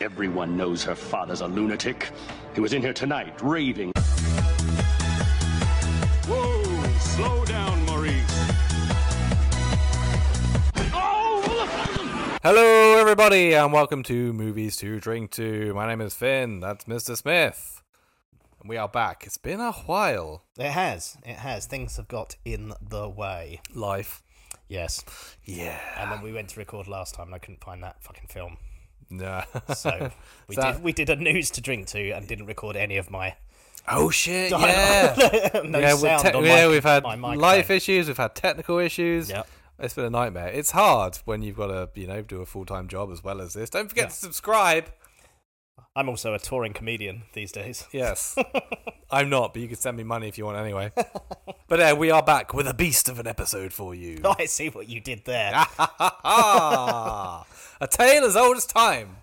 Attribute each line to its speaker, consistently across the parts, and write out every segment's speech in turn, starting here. Speaker 1: Everyone knows her father's a lunatic. He was in here tonight, raving.
Speaker 2: Whoa, slow down, Maurice.
Speaker 3: Hello, everybody, and welcome to Movies to Drink To. My name is Finn, that's Mr. Smith. And we are back. It's been a while.
Speaker 4: It has. It has. Things have got in the way.
Speaker 3: Life.
Speaker 4: Yes.
Speaker 3: Yeah.
Speaker 4: And then we went to record last time and I couldn't find that fucking film.
Speaker 3: Nah.
Speaker 4: So we
Speaker 3: That-
Speaker 4: did we did a news to drink to and didn't record any of my
Speaker 3: oh, shit. Yeah.
Speaker 4: no
Speaker 3: yeah, we're
Speaker 4: sound
Speaker 3: te-
Speaker 4: on my,
Speaker 3: yeah, we've had
Speaker 4: my microphone.
Speaker 3: life issues, we've had technical issues.
Speaker 4: Yep.
Speaker 3: It's been a nightmare. It's hard when you've got to, you know, do a full time job as well as this. Don't forget
Speaker 4: Yeah.
Speaker 3: to subscribe.
Speaker 4: I'm also a touring comedian these days.
Speaker 3: Yes. I'm not, but you can send me money if you want anyway. but uh, we are back with a beast of an episode for you.
Speaker 4: I see what you did there.
Speaker 3: Ah. a tale as old as time.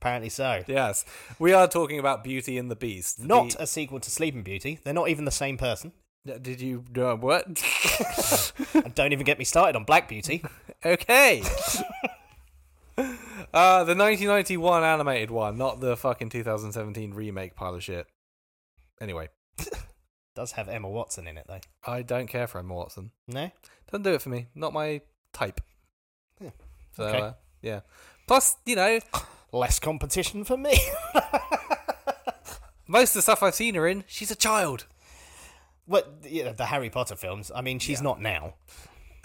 Speaker 4: Apparently so.
Speaker 3: Yes, we are talking about Beauty and the Beast.
Speaker 4: Not a sequel to Sleeping Beauty. They're not even the same person.
Speaker 3: The- did you uh, what?
Speaker 4: And don't even get me started on Black Beauty.
Speaker 3: okay. uh, the 1991 animated one, not the fucking 2017 remake pile of shit. Anyway,
Speaker 4: Does have Emma Watson in it though.
Speaker 3: I don't care for Emma Watson.
Speaker 4: No?
Speaker 3: Doesn't do it for me. Not my type.
Speaker 4: Yeah.
Speaker 3: So
Speaker 4: Okay.
Speaker 3: uh, yeah. Plus, you know,
Speaker 4: Less competition for me.
Speaker 3: most of the stuff I've seen her in, she's a child.
Speaker 4: well, you know, the Harry Potter films. I mean, she's not now,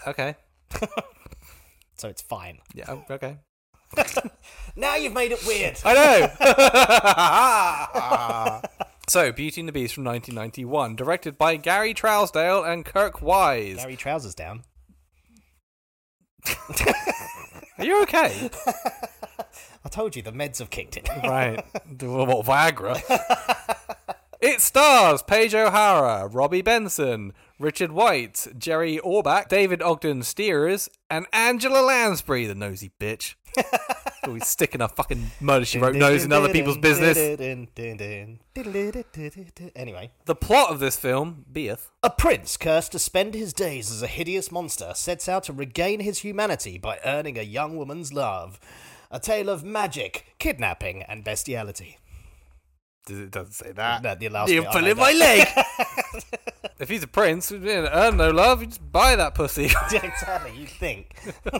Speaker 3: Okay.
Speaker 4: so it's fine.
Speaker 3: Yeah. oh, Okay.
Speaker 4: Now you've made it weird.
Speaker 3: I know. so, Beauty and the Beast from 1991, directed by Gary Trousdale and Kirk Wise.
Speaker 4: Gary trousers down.
Speaker 3: Are you okay?
Speaker 4: I told you the meds have kicked it.
Speaker 3: right. Well, What Viagra? it stars Paige O'Hara, Robbie Benson, Richard White, Jerry Orbach, David Ogden Steers, and Angela Lansbury, the nosy bitch. Always sticking her fucking murder she wrote nose in other people's business.
Speaker 4: Anyway,
Speaker 3: The plot of this film, beeth,
Speaker 4: a prince cursed to spend his days as a hideous monster sets out to regain his humanity by earning a young woman's love. A tale of magic, kidnapping, and bestiality.
Speaker 3: it doesn't say that.
Speaker 4: No, the last
Speaker 3: You
Speaker 4: bit I
Speaker 3: fell
Speaker 4: made
Speaker 3: in my leg. if he's a prince, he didn't earn no love. You just buy that pussy.
Speaker 4: Yeah, exactly, you think.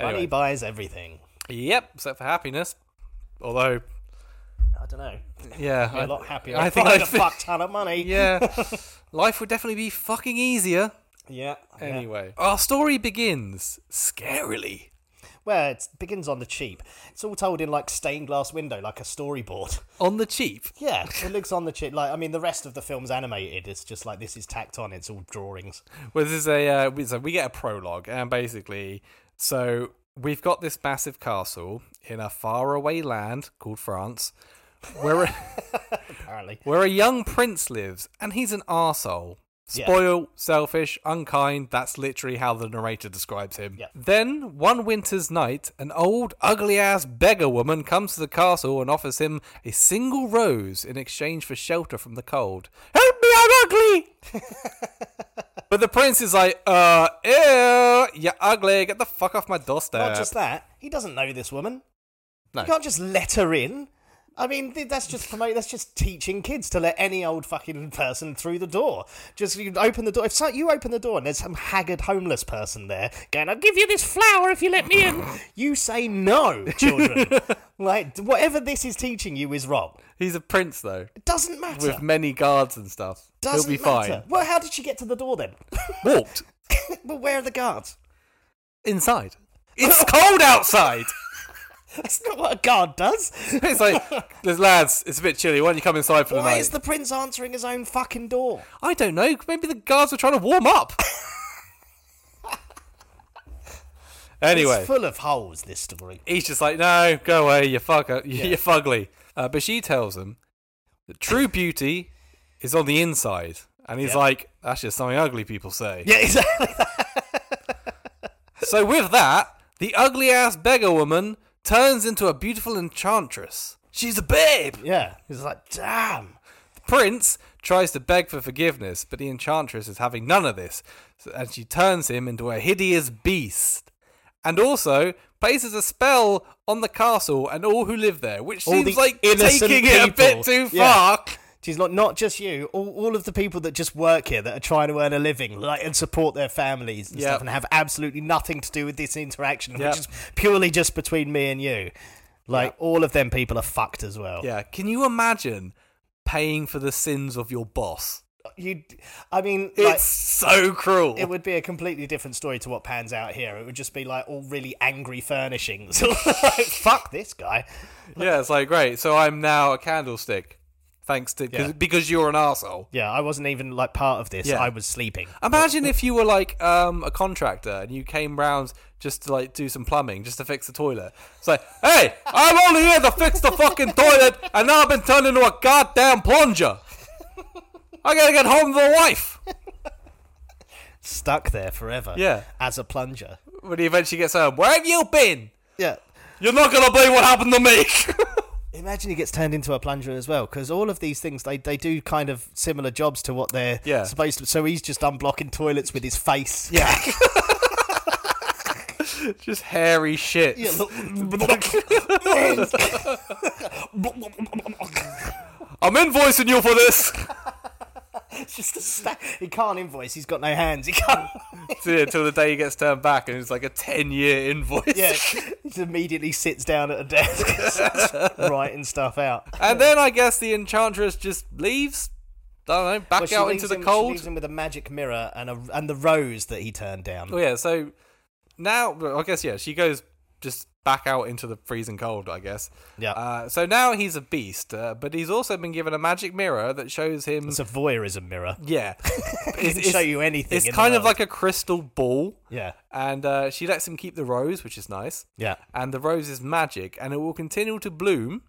Speaker 3: Anyway.
Speaker 4: Money buys everything.
Speaker 3: yep, except for happiness. Although,
Speaker 4: I don't know.
Speaker 3: yeah,
Speaker 4: Be
Speaker 3: I-
Speaker 4: a lot happier.
Speaker 3: I
Speaker 4: I
Speaker 3: think
Speaker 4: think
Speaker 3: I'd
Speaker 4: a
Speaker 3: be-
Speaker 4: fuck ton of money.
Speaker 3: yeah, life would definitely be fucking easier.
Speaker 4: Yeah. yeah.
Speaker 3: Anyway, our story begins scarily.
Speaker 4: Well, it begins on the cheap. It's all told in like stained glass window, like a storyboard.
Speaker 3: On the cheap,
Speaker 4: Yeah, it looks on the cheap. Like I mean, the rest of the film's animated. It's just like this is tacked on. It's all drawings.
Speaker 3: Well, this is a uh, we- so we get a prologue, and basically, so we've got this massive castle in a faraway land called France, where a,
Speaker 4: Apparently,
Speaker 3: where a young prince lives, and he's an arsehole.
Speaker 4: Yeah.
Speaker 3: Spoil, selfish, unkind, that's literally how the narrator describes him.
Speaker 4: Yeah.
Speaker 3: Then, one winter's night, an old, ugly ass beggar woman comes to the castle and offers him a single rose in exchange for shelter from the cold. Help me, I'm ugly! but the prince is like, uh, ew, you're ugly, get the fuck off my doorstep.
Speaker 4: not just that. He doesn't know this woman.
Speaker 3: Uh, No.
Speaker 4: You can't just let her in. I mean, th- that's just promote. That's just teaching kids to let any old fucking person through the door. Just you open the door. If so, you open the door and there's some haggard homeless person there going, "I'll give you this flower if you let me in," you say no, children. like whatever this is teaching you is wrong.
Speaker 3: He's a prince, though,
Speaker 4: It doesn't matter.
Speaker 3: with many guards and stuff.
Speaker 4: doesn't
Speaker 3: He'll be
Speaker 4: matter. Well, how did she get to the door then?
Speaker 3: fine. Walked.
Speaker 4: well, where are the guards?
Speaker 3: inside. It's cold outside.
Speaker 4: That's not what a guard does.
Speaker 3: It's like, there's lads. It's a bit chilly. Why don't you come inside for the
Speaker 4: Why
Speaker 3: night?
Speaker 4: is the prince answering his own fucking door?
Speaker 3: I don't know. Maybe the guards were trying to warm up. anyway,
Speaker 4: It's full of holes, this story.
Speaker 3: he's just like, no, go away. You fucker. You, You're fugly. Uh, but she tells him that true beauty is on the inside, and he's
Speaker 4: Yeah.
Speaker 3: like, that's just something ugly people say.
Speaker 4: Yeah, exactly.
Speaker 3: So with that, the ugly ass beggar woman turns into a beautiful enchantress. She's a babe.
Speaker 4: Yeah. He's like, damn.
Speaker 3: Prince tries to beg for forgiveness, but the enchantress is having none of this, so- and she turns him into a hideous beast, and also places a spell on the castle and all who live there, which
Speaker 4: All
Speaker 3: seems
Speaker 4: the
Speaker 3: like
Speaker 4: innocent
Speaker 3: taking it a bit
Speaker 4: people.
Speaker 3: too
Speaker 4: Yeah.
Speaker 3: far.
Speaker 4: She's not not just you. All, all of the people that just work here that are trying to earn a living, like and support their families and
Speaker 3: Yep.
Speaker 4: stuff, and have absolutely nothing to do with this interaction,
Speaker 3: Yep.
Speaker 4: which is purely just between me and you. Like all of them people are fucked as well.
Speaker 3: Yeah, can you imagine paying for the sins of your boss?
Speaker 4: You, I mean,
Speaker 3: It's
Speaker 4: like,
Speaker 3: so cruel.
Speaker 4: it would be a completely different story to what pans out here. It would just be like all really angry furnishings. like, fuck this guy.
Speaker 3: yeah, it's like great. So I'm now a candlestick, thanks to 'cause-
Speaker 4: Yeah.
Speaker 3: because you're an asshole.
Speaker 4: Yeah, I wasn't even like part of this.
Speaker 3: Yeah.
Speaker 4: I was sleeping.
Speaker 3: Imagine if you were like um, a contractor and you came round just to like do some plumbing, just to fix the toilet. It's like, hey, I'm only here to fix the fucking toilet, and now I've been turned into a goddamn plunger. I gotta get home to the wife.
Speaker 4: Stuck there forever.
Speaker 3: Yeah.
Speaker 4: As a plunger.
Speaker 3: When he eventually gets home, where have you been?
Speaker 4: Yeah.
Speaker 3: You're not gonna believe what happened to me.
Speaker 4: Imagine he gets turned into a plunger as well, because all of these things they, they do kind of similar jobs to what they're
Speaker 3: Yeah.
Speaker 4: supposed to. So he's just unblocking toilets with his face.
Speaker 3: yeah. just hairy shit. I'm invoicing you for this.
Speaker 4: It's just a sta- he can't invoice. He's got no hands. He can't.
Speaker 3: Till till the day he gets turned back and it's like a 10 year invoice.
Speaker 4: Yeah, he just immediely sits down at a desk, starts writing stuff out.
Speaker 3: And then I guess the enchantress just leaves. I don't know,
Speaker 4: Well,
Speaker 3: back
Speaker 4: she
Speaker 3: out
Speaker 4: leaves
Speaker 3: into the
Speaker 4: him- she
Speaker 3: cold.
Speaker 4: leaves him with a magic mirror and a, and the rose that he turned down.
Speaker 3: Oh yeah, so now well, I guess yeah, she goes just back out into the freezing cold. I guess.
Speaker 4: Yeah.
Speaker 3: Uh, so now he's a beast, uh, but he's also been given a magic mirror that shows him.
Speaker 4: It's a voyeurism mirror.
Speaker 3: yeah.
Speaker 4: It can show you anything.
Speaker 3: It's
Speaker 4: in the
Speaker 3: kind of
Speaker 4: world.
Speaker 3: like a crystal ball.
Speaker 4: yeah,
Speaker 3: And uh, she lets him keep the rose, which is nice.
Speaker 4: yeah.
Speaker 3: And the rose is magic, and it will continue to bloom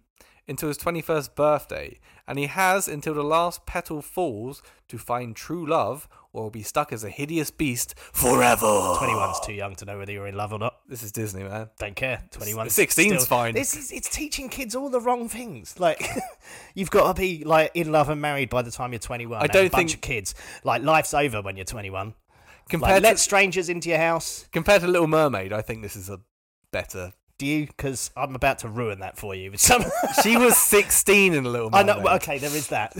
Speaker 3: until his 21st birthday. And he has until the last petal falls to find true love, or will be stuck as a hideous beast forever.
Speaker 4: Twenty-one's too young to know whether you're in love or not.
Speaker 3: This is Disney, man.
Speaker 4: Don't care. 21.
Speaker 3: 16 's
Speaker 4: still-
Speaker 3: fine.
Speaker 4: This is, it's teaching kids all the wrong things. Like, you've got to be like in love and married by the time you're 21. I
Speaker 3: don't
Speaker 4: a bunch
Speaker 3: think-
Speaker 4: of kids. Like, life's over when you're 21. Like,
Speaker 3: Compared,
Speaker 4: let
Speaker 3: to,
Speaker 4: strangers into your house.
Speaker 3: compared to Little Mermaid, I think this is a better.
Speaker 4: Do you? Because I'm about to ruin that for you. With some.
Speaker 3: She was 16 in Little
Speaker 4: I
Speaker 3: Mermaid.
Speaker 4: know. well, Okay, there is that.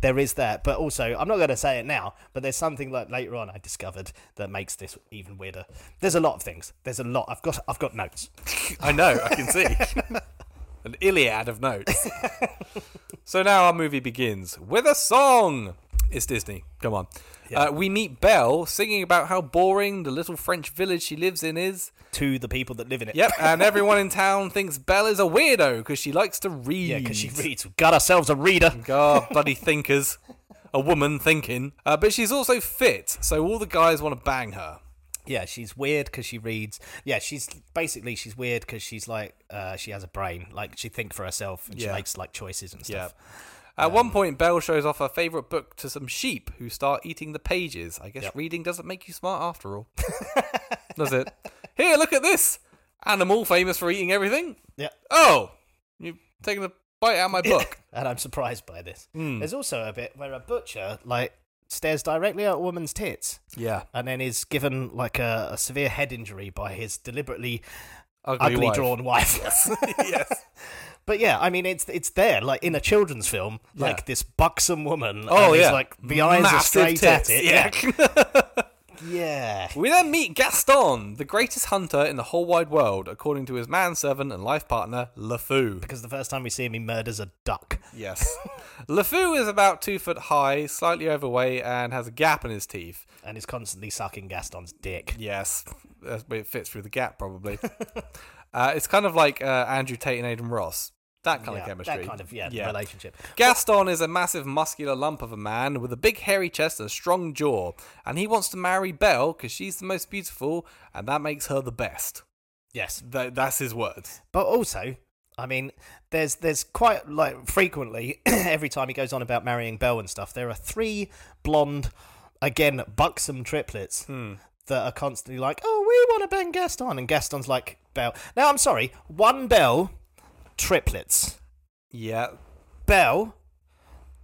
Speaker 4: There is that, but also I'm not going to say it now. But there's something like later on I discovered that makes this even weirder. There's a lot of things. There's a lot. I've got. I've got notes.
Speaker 3: I know, I can see. An Iliad of notes. so now our movie begins with a song. It's Disney. Come on. Uh, we meet Belle singing about how boring the little French village she lives in is.
Speaker 4: To the people that live in it.
Speaker 3: Yep, and everyone in town thinks Belle is a weirdo because she likes to read.
Speaker 4: Yeah, because she reads. We've got ourselves a reader.
Speaker 3: God, bloody thinkers. A woman thinking. Uh, but she's also fit, so all the guys want to bang her.
Speaker 4: Yeah, she's weird because she reads. Yeah, she's basically she's weird because she's like uh, she has a brain. Like she think for herself and
Speaker 3: Yeah.
Speaker 4: she makes like choices and stuff. Um,
Speaker 3: At one point, Belle shows off her favourite book to some sheep who start eating the pages. I guess reading doesn't make you smart after all. Does it? Here, look at this. Animal famous for eating everything.
Speaker 4: Yeah.
Speaker 3: Oh, you've taken a bite out of my book.
Speaker 4: and I'm surprised by this.
Speaker 3: Hmm.
Speaker 4: There's also a bit where a butcher like stares directly at a woman's tits
Speaker 3: yeah.
Speaker 4: and then is given like a, a severe head injury by his deliberately
Speaker 3: Ugly,
Speaker 4: ugly
Speaker 3: wife.
Speaker 4: drawn wife.
Speaker 3: yes.
Speaker 4: But yeah, I mean, it's it's there, like in a children's film, like this buxom woman.
Speaker 3: Oh,
Speaker 4: and it's,
Speaker 3: yeah.
Speaker 4: like the eyes are
Speaker 3: Massive
Speaker 4: straight
Speaker 3: tits,
Speaker 4: at it.
Speaker 3: yeah.
Speaker 4: yeah.
Speaker 3: We then meet Gaston, the greatest hunter in the whole wide world, according to his manservant and life partner, LeFou.
Speaker 4: Because the first time we see him, he murders a duck.
Speaker 3: Yes. LeFou is about two foot high, slightly overweight, and has a gap in his teeth.
Speaker 4: and is constantly sucking Gaston's dick.
Speaker 3: Yes, That's where it fits through the gap probably. uh, it's kind of like uh, Andrew Tate and Aidan Ross. That kind
Speaker 4: Yeah,
Speaker 3: of chemistry.
Speaker 4: That kind of yeah, relationship.
Speaker 3: Gaston is a massive muscular lump of a man with a big hairy chest and a strong jaw, and he wants to marry Belle because she's the most beautiful, and that makes her the best.
Speaker 4: Yes,
Speaker 3: Tha- that's his words.
Speaker 4: but also, I mean, there's there's quite like frequently every time he goes on about marrying Belle and stuff. There are three blonde, again buxom triplets that are constantly like, "Oh, we want to bang Gaston," and Gaston's like, "Belle." Now, I'm sorry, one Belle, triplets.
Speaker 3: Yeah,
Speaker 4: Belle,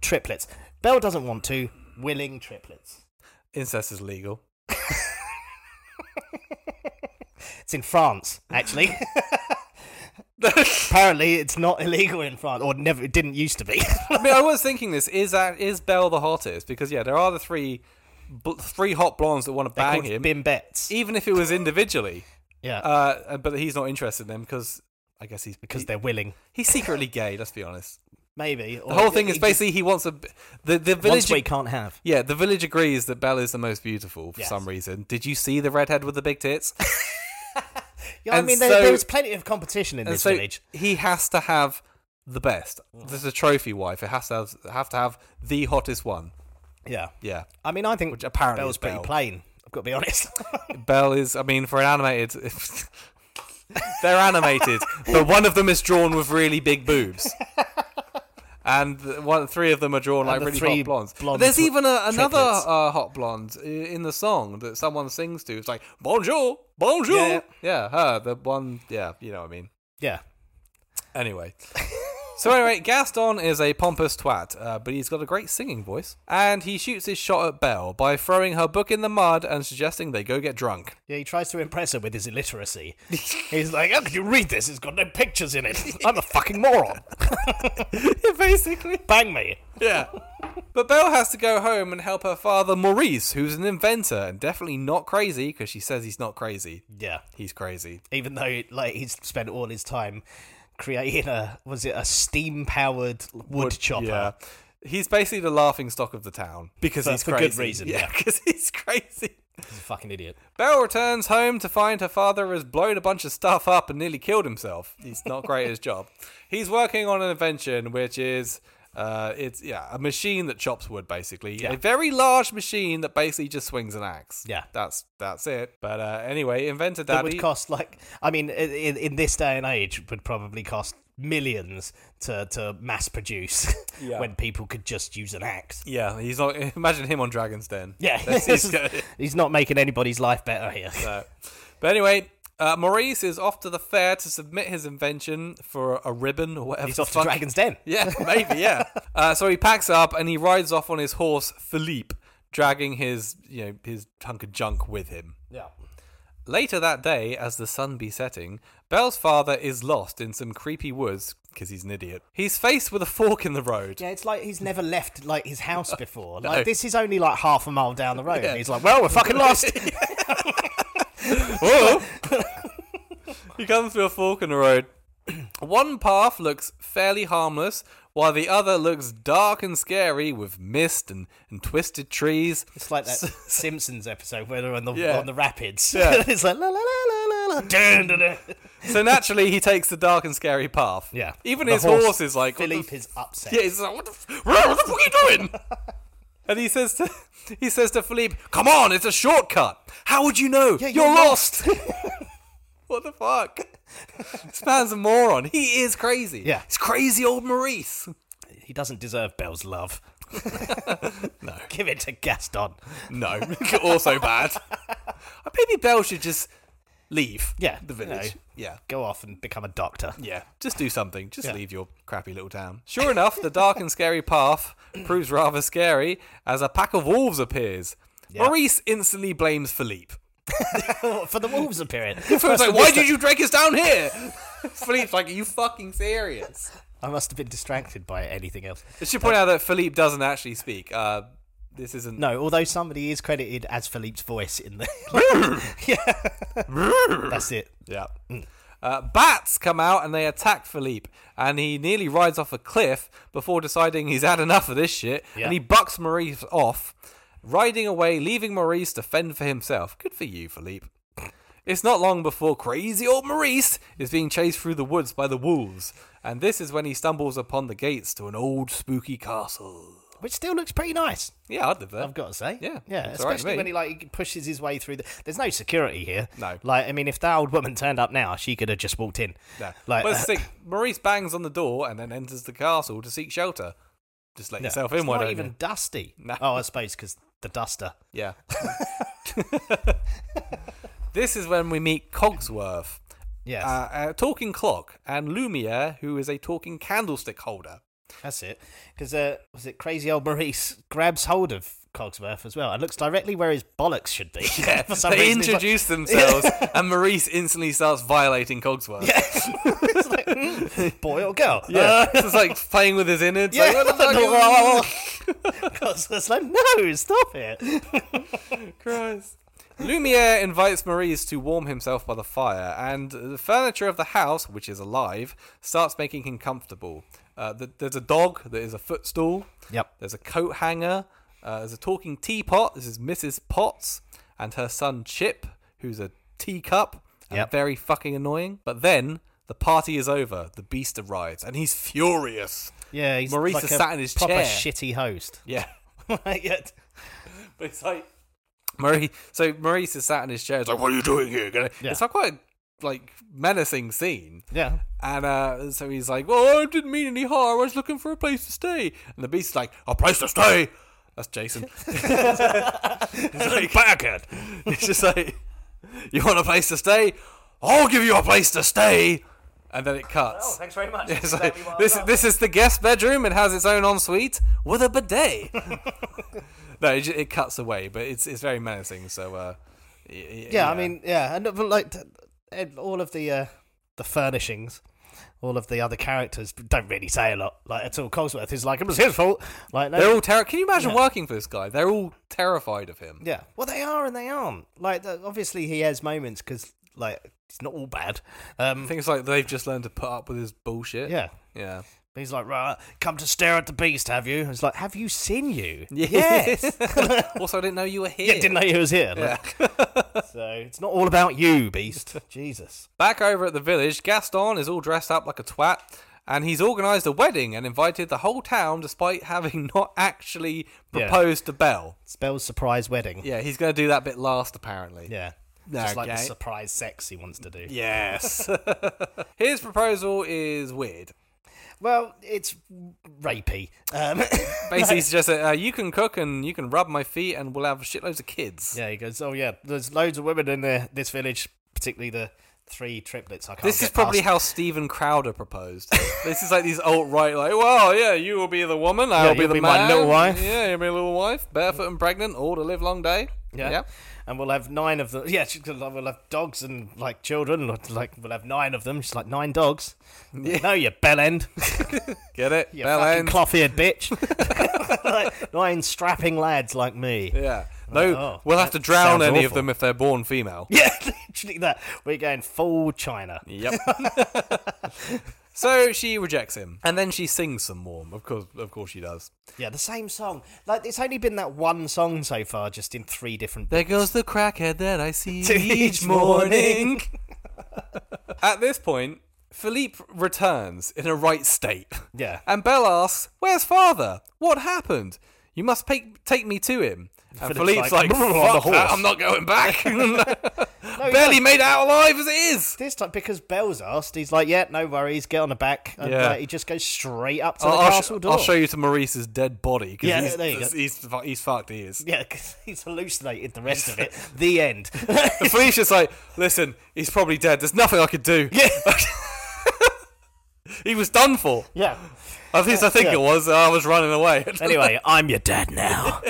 Speaker 4: triplets. Belle doesn't want to. Willing triplets.
Speaker 3: incest is legal.
Speaker 4: It's in France, actually. Apparently, it's not illegal in France, or never. It didn't used to be.
Speaker 3: I mean, I was thinking this is that is Belle the hottest because yeah, there are the three, bl- three hot blondes that want to bang
Speaker 4: Called
Speaker 3: him,
Speaker 4: Bimbets.
Speaker 3: even if it was individually.
Speaker 4: Yeah,
Speaker 3: Uh, but he's not interested in them because I guess he's
Speaker 4: because
Speaker 3: he-
Speaker 4: they're willing.
Speaker 3: he's secretly gay. Let's be honest.
Speaker 4: Maybe
Speaker 3: The whole thing is basically he wants a b- the the
Speaker 4: once
Speaker 3: village.
Speaker 4: we can't have.
Speaker 3: yeah, the village agrees that Belle is the most beautiful for
Speaker 4: Yes.
Speaker 3: some reason. Did you see the redhead with the big tits?
Speaker 4: Yeah, I
Speaker 3: And
Speaker 4: mean, there,
Speaker 3: so-
Speaker 4: there was plenty of competition in
Speaker 3: And
Speaker 4: this
Speaker 3: so
Speaker 4: village.
Speaker 3: he has to have the best. This is a trophy wife. It has to have, have to have the hottest one.
Speaker 4: Yeah,
Speaker 3: Yeah.
Speaker 4: I mean, I think
Speaker 3: Which apparently
Speaker 4: Belle's
Speaker 3: is
Speaker 4: pretty
Speaker 3: Belle.
Speaker 4: plain. I've got to be honest.
Speaker 3: Belle is, I mean, for an animated. they're animated, but one of them is drawn with really big boobs. And the one, three of them are drawn like
Speaker 4: the
Speaker 3: really
Speaker 4: three
Speaker 3: hot blondes.
Speaker 4: blonde
Speaker 3: There's
Speaker 4: tw-
Speaker 3: even a, another
Speaker 4: triplets.
Speaker 3: uh, hot blonde i- in the song that someone sings to. It's like bonjour, bonjour.
Speaker 4: Yeah, yeah.
Speaker 3: Yeah, her, the one. Yeah, you know what I mean.
Speaker 4: yeah,
Speaker 3: Anyway. So anyway, Gaston is a pompous twat, uh, but he's got a great singing voice, and he shoots his shot at Belle by throwing her book in the mud and suggesting they go get drunk.
Speaker 4: yeah. He tries to impress her with his illiteracy. He's like, "How could you read this? It's got no pictures in it. I'm a fucking moron.
Speaker 3: Basically,
Speaker 4: Bang me."
Speaker 3: yeah. But Belle has to go home and help her father Maurice, who's an inventor and definitely not crazy because she says he's not crazy.
Speaker 4: Yeah.
Speaker 3: He's crazy.
Speaker 4: even though like he's spent all his time creating a was it a steam powered wood, chopper
Speaker 3: Yeah. He's basically the laughing stock of the town because
Speaker 4: For-
Speaker 3: he's
Speaker 4: for
Speaker 3: crazy.
Speaker 4: good reason, yeah.
Speaker 3: because he's crazy.
Speaker 4: he's a fucking idiot
Speaker 3: Belle returns home to find her father has blown a bunch of stuff up and nearly killed himself. He's not great at his job. He's working on an invention, which is. Uh, it's yeah, a machine that chops wood basically. A very large machine that basically just swings an axe.
Speaker 4: Yeah.
Speaker 3: that's that's it. But uh, anyway, inventor
Speaker 4: it
Speaker 3: daddy.
Speaker 4: would cost like i mean i- in, in this day and age would probably cost millions to, to mass produce
Speaker 3: Yeah.
Speaker 4: when people could just use an axe
Speaker 3: yeah, he's not. Imagine him on Dragon's Den.
Speaker 4: yeah
Speaker 3: That's- he's got-
Speaker 4: he's not making anybody's life better here
Speaker 3: No. But anyway, uh, Maurice is off to the fair to submit his invention for a ribbon or whatever.
Speaker 4: he's
Speaker 3: the
Speaker 4: off to
Speaker 3: fuck.
Speaker 4: dragon's den
Speaker 3: Yeah, maybe, yeah. Uh, so he packs up and he rides off on his horse Philippe, dragging his, you know, his hunk of junk with him.
Speaker 4: yeah
Speaker 3: Later that day, as the sun be setting, Belle's father is lost in some creepy woods because he's an idiot. He's faced with a fork in the road.
Speaker 4: yeah, it's like he's never left like his house before. Like this is only like half a mile down the road.
Speaker 3: Yeah.
Speaker 4: And he's like, "Well, we're fucking lost."
Speaker 3: Whoa! he comes to a fork in the road. One path looks fairly harmless, while the other looks dark and scary with mist and, and twisted trees.
Speaker 4: It's like that Simpsons episode where they're on the
Speaker 3: Yeah.
Speaker 4: on the rapids.
Speaker 3: Yeah.
Speaker 4: it's like la la la la la. la dun, dun, dun.
Speaker 3: So naturally, he takes the dark and scary path.
Speaker 4: Yeah.
Speaker 3: Even
Speaker 4: The
Speaker 3: his
Speaker 4: horse,
Speaker 3: horse, is like, what the
Speaker 4: Philippe
Speaker 3: f-
Speaker 4: is upset.
Speaker 3: yeah, he's like, what the, f- what the fuck are you doing? and he says to he says to Philippe, "Come on, it's a shortcut. How would you know?
Speaker 4: Yeah,
Speaker 3: you're,
Speaker 4: you're
Speaker 3: lost." what the fuck? this man's a moron. He is crazy.
Speaker 4: Yeah.
Speaker 3: it's crazy old Maurice.
Speaker 4: He doesn't deserve Belle's love. no. Give it to Gaston.
Speaker 3: No, also bad. Maybe Belle should just leave.
Speaker 4: Yeah,
Speaker 3: the
Speaker 4: you know.
Speaker 3: village. Yeah.
Speaker 4: Go off and become a doctor.
Speaker 3: Yeah, just do something. Just
Speaker 4: Yeah.
Speaker 3: leave your crappy little town. Sure enough, the dark and scary path proves rather scary as a pack of wolves appears. Maurice instantly blames Philippe.
Speaker 4: Oh, For the wolves appearing.
Speaker 3: Philippe's like, "Why did you drag us down here?" Philippe's like, "Are you fucking serious?"
Speaker 4: I must have been distracted by anything else.
Speaker 3: I should point out that Philippe doesn't actually speak. Uh, this isn't.
Speaker 4: No, although somebody is credited as Philippe's voice in the. yeah. That's it.
Speaker 3: Yeah. Uh, bats come out and they attack Philippe, and he nearly rides off a cliff before deciding he's had enough of this shit,
Speaker 4: Yeah.
Speaker 3: and he bucks Maurice off, riding away, leaving Maurice to fend for himself. Good for you, Philippe. It's not long before crazy old Maurice is being chased through the woods by the wolves, and this is when he stumbles upon the gates to an old spooky castle.
Speaker 4: Which still looks pretty nice.
Speaker 3: Yeah, I'd live there.
Speaker 4: I've got to say.
Speaker 3: Yeah,
Speaker 4: Yeah.
Speaker 3: it's all right to
Speaker 4: Especially
Speaker 3: me.
Speaker 4: when he like pushes his way through the there's no security here.
Speaker 3: No.
Speaker 4: Like I mean if that old woman turned up now, she could have just walked in.
Speaker 3: Yeah.
Speaker 4: Like
Speaker 3: but
Speaker 4: uh,
Speaker 3: sick. Maurice bangs on the door and then enters the castle to seek shelter. Just let
Speaker 4: yeah.
Speaker 3: yourself
Speaker 4: it's
Speaker 3: in, why
Speaker 4: not
Speaker 3: don't
Speaker 4: even
Speaker 3: you?
Speaker 4: dusty.
Speaker 3: No.
Speaker 4: Oh, I suppose because the duster.
Speaker 3: Yeah. this is when we meet Cogsworth,
Speaker 4: Yes.
Speaker 3: uh, a talking clock, and Lumiere, who is a talking candlestick holder.
Speaker 4: That's it. Because uh, was it crazy old Maurice grabs hold of Cogsworth as well and looks directly where his bollocks should be. Yeah, for some
Speaker 3: They
Speaker 4: reason he's like-
Speaker 3: introduce themselves, and Maurice instantly starts violating Cogsworth. Yeah,
Speaker 4: it's like, hmm, boy or girl.
Speaker 3: it's like playing with his innards.
Speaker 4: Yeah.
Speaker 3: like, what the fuck
Speaker 4: No,
Speaker 3: is-
Speaker 4: whoa, whoa, whoa. Uh, Cogsworth's like, no, stop it.
Speaker 3: Christ. Lumiere invites Maurice to warm himself by the fire, and the furniture of the house, which is alive, starts making him comfortable. Uh, th- there's a dog that is a footstool.
Speaker 4: Yep.
Speaker 3: There's a coat hanger. Uh, there's a talking teapot. This is Mrs. Potts and her son Chip, who's a teacup and
Speaker 4: Yep.
Speaker 3: very fucking annoying. But then the party is over. The beast arrives, and he's furious.
Speaker 4: Yeah, he's
Speaker 3: Maurice
Speaker 4: like
Speaker 3: has
Speaker 4: a
Speaker 3: sat in his
Speaker 4: proper
Speaker 3: chair.
Speaker 4: shitty host.
Speaker 3: Yeah.
Speaker 4: Yeah.
Speaker 3: But it's like Marie. So Maurice is sat in his chair. It's like, "What are you doing here?" Gonna-"
Speaker 4: Yeah.
Speaker 3: It's like quite a, like menacing scene.
Speaker 4: yeah.
Speaker 3: And uh, so he's like, "Well, I didn't mean any harm. I was looking for a place to stay." And the beast's like, "A place to stay." That's Jason. he's like, "Backhand." He's just like, "You want a place to stay? I'll give you a place to stay." And then it cuts.
Speaker 4: thanks very much.
Speaker 3: It's like, this, this is the guest bedroom. It has its own ensuite with a bidet. no, it, ju- it cuts away, but it's it's very menacing. So, uh, y- y-
Speaker 4: yeah, I mean, yeah, and uh, but like th- and all of the uh, the furnishings, all of the other characters don't really say a lot, like at all. Colesworth is like, it was his fault. Like, no,
Speaker 3: they're all terrified. Can you imagine working for this guy? They're all terrified of him.
Speaker 4: yeah, well, they are and they aren't. Like, the- obviously, he has moments because like it's not all bad. Um,
Speaker 3: Things like they've just learned to put up with his bullshit.
Speaker 4: yeah.
Speaker 3: yeah.
Speaker 4: But He's like, right, come to stare at the beast, have you? It's like, have you seen you?
Speaker 3: also, I didn't know you were here.
Speaker 4: yeah, didn't know he was here. Like, so it's not all about you, beast. Jesus.
Speaker 3: Back over at the village, Gaston is all dressed up like a twat, and he's organised a wedding and invited the whole town, despite having not actually
Speaker 4: Yeah.
Speaker 3: proposed to Belle.
Speaker 4: Spells surprise wedding.
Speaker 3: Yeah, he's going to do that bit last, apparently.
Speaker 4: Yeah. Just like the
Speaker 3: Okay.
Speaker 4: surprise sex he wants to do.
Speaker 3: Yes. His proposal is weird.
Speaker 4: Well, it's rapey. Um,
Speaker 3: Basically, he's just uh, you can cook and you can rub my feet and we'll have shitloads of kids.
Speaker 4: yeah, he goes, oh yeah, there's loads of women in the, this village, particularly the three triplets. I can't
Speaker 3: This
Speaker 4: get
Speaker 3: is probably
Speaker 4: past.
Speaker 3: how Stephen Crowder proposed. this is like these alt right, like, well, yeah, you will be the woman, I'll be
Speaker 4: you'll
Speaker 3: the
Speaker 4: be my
Speaker 3: man.
Speaker 4: little wife."
Speaker 3: Yeah, you'll be a little wife, barefoot and pregnant, all to live long day.
Speaker 4: Yeah.
Speaker 3: Yep.
Speaker 4: And we'll have nine of them. Yeah, she's gonna- like, we'll have dogs and like children. Like we'll have nine of them. She's like nine dogs. No, you bell end.
Speaker 3: Get it?
Speaker 4: You
Speaker 3: Bell
Speaker 4: fucking
Speaker 3: end.
Speaker 4: cloth-eared bitch. Like, nine strapping lads like me.
Speaker 3: Yeah. No,
Speaker 4: Oh,
Speaker 3: we'll have to drown
Speaker 4: sounds
Speaker 3: any of
Speaker 4: awful.
Speaker 3: them if they're born female.
Speaker 4: Yeah, literally that. We're going full China.
Speaker 3: Yep. so she rejects him, and then she sings some more. Of course, of course, she does.
Speaker 4: Yeah, the same song. Like it's only been that one song so far, just in three different.
Speaker 3: There goes the crackhead that I see
Speaker 4: To each morning.
Speaker 3: At this point, Philippe returns in a right state.
Speaker 4: Yeah.
Speaker 3: And Belle asks, Where's father? What happened? You must take, take me to him. And
Speaker 4: Philippe's
Speaker 3: Philippe's like,
Speaker 4: like, "On the
Speaker 3: Fuck
Speaker 4: horse."
Speaker 3: that, I'm not going back.
Speaker 4: No, he's
Speaker 3: Barely
Speaker 4: like-
Speaker 3: made it out alive as it is.
Speaker 4: This time, because Bell's asked, he's like, "Yeah, no worries, get on the back." And
Speaker 3: Yeah.
Speaker 4: uh, he just goes straight up to
Speaker 3: I'll,
Speaker 4: the
Speaker 3: I'll sh-
Speaker 4: castle door.
Speaker 3: I'll show you to Maurice's dead body because
Speaker 4: Yeah,
Speaker 3: he's,
Speaker 4: there you go.
Speaker 3: he's, fu- he's fucked, he is.
Speaker 4: Yeah, 'cause he's hallucinated the rest of it. The end.
Speaker 3: And Felicia's like, Listen, he's probably dead. There's nothing I could do.
Speaker 4: yeah,
Speaker 3: He was done for.
Speaker 4: yeah.
Speaker 3: At least I think
Speaker 4: Yeah.
Speaker 3: it was. I was running away.
Speaker 4: Anyway, I'm your dad now.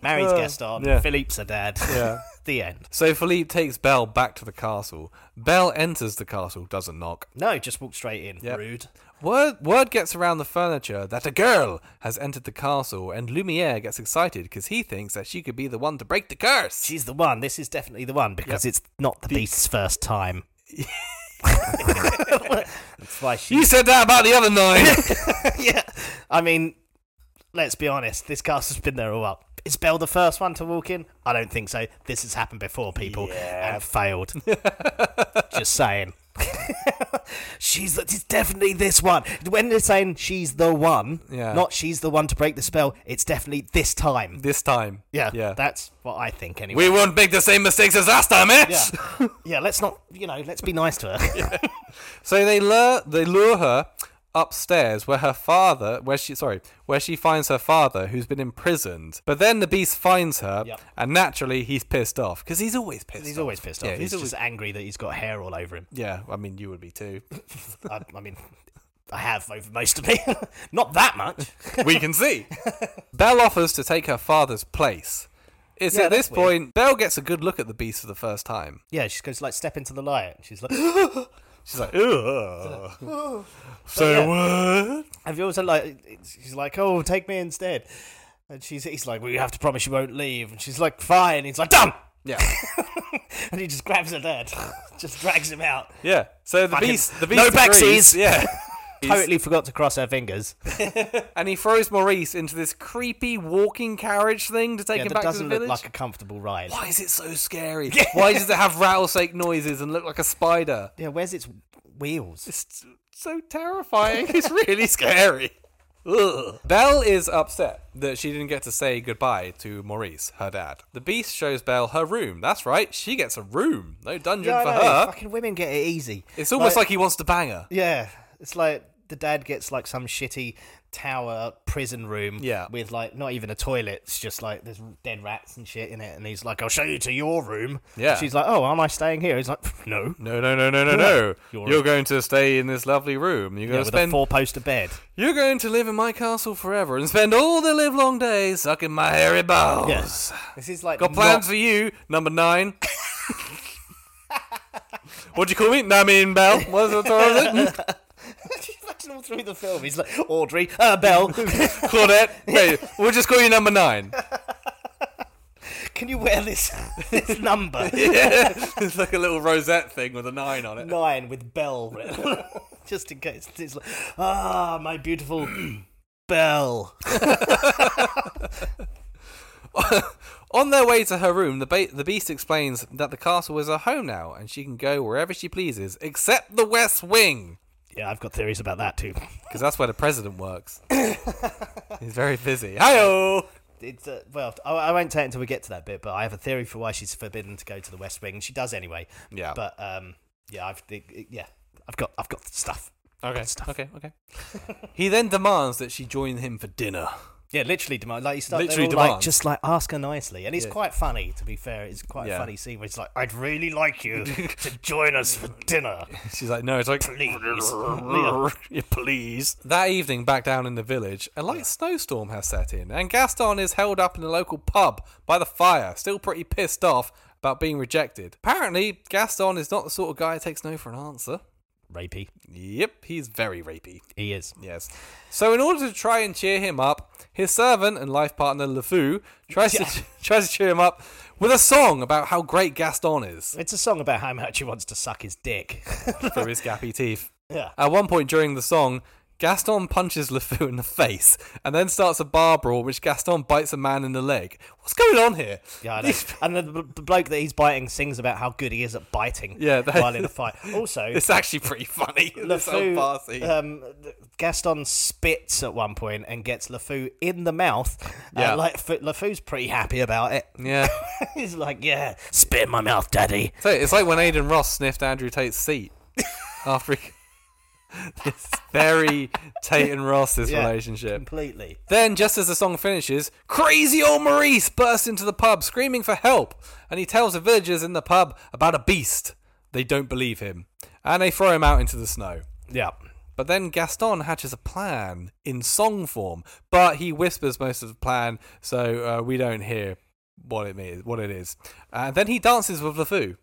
Speaker 4: Marries Gaston.
Speaker 3: Uh, yeah.
Speaker 4: Philippe's a dad.
Speaker 3: Yeah.
Speaker 4: the end.
Speaker 3: so Philippe takes Belle back to the castle. Belle enters the castle, doesn't knock.
Speaker 4: No, just walk straight in.
Speaker 3: Yep.
Speaker 4: Rude.
Speaker 3: Word, word gets around the furniture that a girl has entered the castle, and Lumiere gets excited because he thinks that she could be the one to break the curse.
Speaker 4: She's the one. This is definitely the one because it's not the beast's first time. That's why she.
Speaker 3: You said that about the other nine.
Speaker 4: yeah. I mean, let's be honest. This castle's been there a while. Is Bell the first one to walk in? I don't think so. This has happened before, people, and failed. Just saying. she's the, it's definitely this one. When they're saying she's the one,
Speaker 3: Yeah.
Speaker 4: not she's the one to break the spell. It's definitely this time.
Speaker 3: this time.
Speaker 4: Yeah,
Speaker 3: Yeah.
Speaker 4: that's what I think anyway.
Speaker 3: we won't make the same mistakes as last time, eh?
Speaker 4: yeah, yeah. Let's not, you know, let's be nice to her.
Speaker 3: So they lure they lure her upstairs where her father where she sorry where she finds her father who's been imprisoned but then the beast finds her
Speaker 4: Yep.
Speaker 3: and naturally he's pissed off because he's always pissed
Speaker 4: He's
Speaker 3: off.
Speaker 4: always pissed off.
Speaker 3: Yeah, he's
Speaker 4: he's
Speaker 3: always-
Speaker 4: just angry that he's got hair all over him.
Speaker 3: yeah i mean you would be too
Speaker 4: I, I mean, I have over most of me. Not that much.
Speaker 3: we can see. Belle offers to take her father's place. It's
Speaker 4: Yeah,
Speaker 3: at this
Speaker 4: that's weird.
Speaker 3: point Belle gets a good look at the beast for the first time.
Speaker 4: yeah, she goes like step into the light. and She's like,
Speaker 3: She's like, "Ugh." so what?
Speaker 4: have you also like? She's like, oh, take me instead. And she's he's like, well, you have to promise you won't leave. And she's like, fine. He's like, done.
Speaker 3: Yeah,
Speaker 4: And he just grabs her dad, just drags him out.
Speaker 3: yeah. So the
Speaker 4: Fucking-
Speaker 3: beast, the beast,
Speaker 4: no
Speaker 3: agrees.
Speaker 4: backsies.
Speaker 3: Yeah,
Speaker 4: Totally forgot to cross her fingers.
Speaker 3: and he throws Maurice into this creepy walking carriage thing to take
Speaker 4: Yeah,
Speaker 3: him
Speaker 4: that
Speaker 3: back to the
Speaker 4: doesn't look
Speaker 3: village.
Speaker 4: like a comfortable ride.
Speaker 3: Why is it so scary? Why does it have rattlesnake noises and look like a spider?
Speaker 4: Yeah, where's its wheels?
Speaker 3: It's so terrifying. It's really scary. Ugh. Belle is upset that she didn't get to say goodbye to Maurice, her dad. The beast shows Belle her room. That's right, she gets a room. No dungeon
Speaker 4: Yeah, I
Speaker 3: for
Speaker 4: know,
Speaker 3: her.
Speaker 4: Fucking women get it easy.
Speaker 3: It's almost like he wants to bang her.
Speaker 4: Yeah, it's like the dad gets like some shitty tower prison room
Speaker 3: Yeah.
Speaker 4: with like not even a toilet. It's just like there's dead rats and shit in it, and he's like, "I'll show you to your room."
Speaker 3: Yeah.
Speaker 4: she's like, "Oh, am I staying here?" He's like, "No."
Speaker 3: No, no, no, no, no, no.
Speaker 4: You're-
Speaker 3: You're, going to stay in this lovely room. You're
Speaker 4: Yeah,
Speaker 3: going
Speaker 4: with
Speaker 3: to
Speaker 4: a
Speaker 3: spend.
Speaker 4: four-poster bed.
Speaker 3: You're going to live in my castle forever and spend all the livelong day sucking my hairy balls.
Speaker 4: Yes, this is like
Speaker 3: Got
Speaker 4: not-
Speaker 3: plans for you, number nine. What'd you call me? No, I mean Bell. What's what was it?
Speaker 4: Imagine all through the film, he's like Audrey, uh, Belle.
Speaker 3: Claudette. Wait, we'll just call you number nine.
Speaker 4: Can you wear this this number
Speaker 3: Yeah. It's like a little rosette thing with a nine on it.
Speaker 4: nine with Belle written, just in case? It's like, ah, my beautiful Belle.
Speaker 3: On their way to her room, the, ba- the beast explains that the castle is her home now and she can go wherever she pleases except the West Wing.
Speaker 4: Yeah, I've got theories about that too.
Speaker 3: Because that's where the president works. He's very busy. Hi
Speaker 4: It's uh, well, I, I won't say it until we get to that bit, but I have a theory for why she's forbidden to go to the West Wing. She does anyway.
Speaker 3: Yeah.
Speaker 4: But um, yeah, I've it- it- yeah, I've got I've got stuff.
Speaker 3: Okay. Okay, okay. he then demands that she join him for dinner.
Speaker 4: Yeah, literally demand like you start they're
Speaker 3: Literally
Speaker 4: all, like
Speaker 3: demands.
Speaker 4: just like ask her nicely, and it's quite funny. To be fair, it's quite a
Speaker 3: Yeah.
Speaker 4: funny scene where it's like, "I'd really like you to join us for dinner,
Speaker 3: She's like, no, it's like,
Speaker 4: please."
Speaker 3: Yeah, please. That evening, back down in the village, a light snowstorm has set in, and Gaston is held up in the local pub by the fire, still pretty pissed off about being rejected. Apparently, Gaston is not the sort of guy who takes no for an answer.
Speaker 4: Rapey,
Speaker 3: Yep, he's very rapey.
Speaker 4: he is.
Speaker 3: Yes. So, in order to try and cheer him up, his servant and life partner LeFou tries to tries to cheer him up with a song about how great Gaston is
Speaker 4: It's a song about how much he wants to suck his dick.
Speaker 3: through his gappy teeth.
Speaker 4: yeah.
Speaker 3: At one point during the song, Gaston punches LeFou in the face and then starts a bar brawl, which Gaston bites a man in the leg. What's going on here?
Speaker 4: Yeah, I know. and the, the bloke that he's biting sings about how good he is at biting
Speaker 3: Yeah, that-
Speaker 4: while in a fight. Also,
Speaker 3: It's actually pretty funny. this whole
Speaker 4: LeFou,
Speaker 3: bar scene.
Speaker 4: um, Gaston spits at one point and gets LeFou in the mouth.
Speaker 3: Yeah.
Speaker 4: Uh, like, F- LeFou's pretty happy about it.
Speaker 3: yeah.
Speaker 4: he's like, yeah, spit in my mouth, daddy.
Speaker 3: So it's like when Aidan Ross sniffed Andrew Tate's seat after he. It's very Tate and Ross, this
Speaker 4: Yeah.
Speaker 3: relationship.
Speaker 4: Completely.
Speaker 3: Then, just as the song finishes, crazy old Maurice bursts into the pub screaming for help, and he tells the villagers in the pub about a beast. They don't believe him, and they throw him out into the snow.
Speaker 4: Yeah.
Speaker 3: But then Gaston hatches a plan in song form, but he whispers most of the plan, so uh, we don't hear what it means, what it is. And then he dances with LeFou.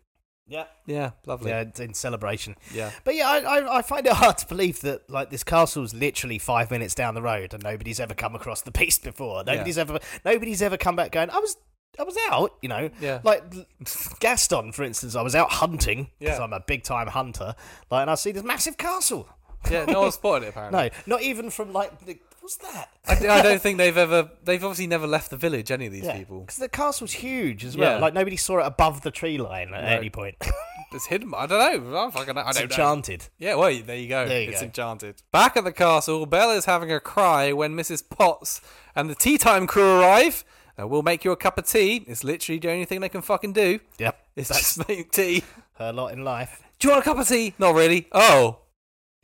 Speaker 4: Yeah.
Speaker 3: Yeah, lovely.
Speaker 4: Yeah, it's in celebration.
Speaker 3: Yeah.
Speaker 4: But yeah, I, I, I find it hard to believe that like this castle's literally five minutes down the road and nobody's ever come across the beast before. Nobody's ever nobody's ever come back going, I was I was out, you know.
Speaker 3: Yeah.
Speaker 4: Like Gaston, for instance, I was out hunting because
Speaker 3: Yeah.
Speaker 4: I'm a big time hunter. Like, and I see this massive castle.
Speaker 3: Yeah, no one spotted it apparently.
Speaker 4: No, not even from like the, what's that?
Speaker 3: I, d- I don't think they've ever. They've obviously never left the village. Any of these people.
Speaker 4: because the castle's huge as well.
Speaker 3: Yeah.
Speaker 4: Like nobody saw it above the tree line at any point.
Speaker 3: It's hidden. I don't know. I fucking. I
Speaker 4: it's
Speaker 3: don't know.
Speaker 4: enchanted.
Speaker 3: Yeah, well, there you go.
Speaker 4: There you
Speaker 3: it's
Speaker 4: go.
Speaker 3: enchanted. Back at the castle, Belle is having a cry when Mrs. Potts and the tea time crew arrive. Uh, we'll make you a cup of tea. It's literally the only thing they can fucking do.
Speaker 4: Yep,
Speaker 3: It's just make tea.
Speaker 4: her lot in life.
Speaker 3: Do you want a cup of tea? Not really. Oh.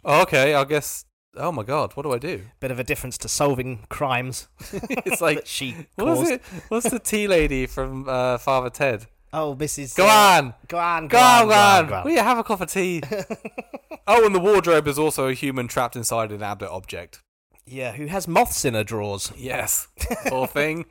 Speaker 3: oh. Okay, I guess. Oh my god, what do I do?
Speaker 4: Bit of a difference to solving crimes.
Speaker 3: It's like
Speaker 4: That she
Speaker 3: What was
Speaker 4: caused.
Speaker 3: it? What's the tea lady from uh, Father Ted?
Speaker 4: Oh, Mrs.
Speaker 3: Go on.
Speaker 4: Go on.
Speaker 3: Go on, go on. Will you have a cup of tea? oh, and the wardrobe is also a human trapped inside an ablet object.
Speaker 4: Yeah, who has moths in her drawers?
Speaker 3: Yes. Poor thing.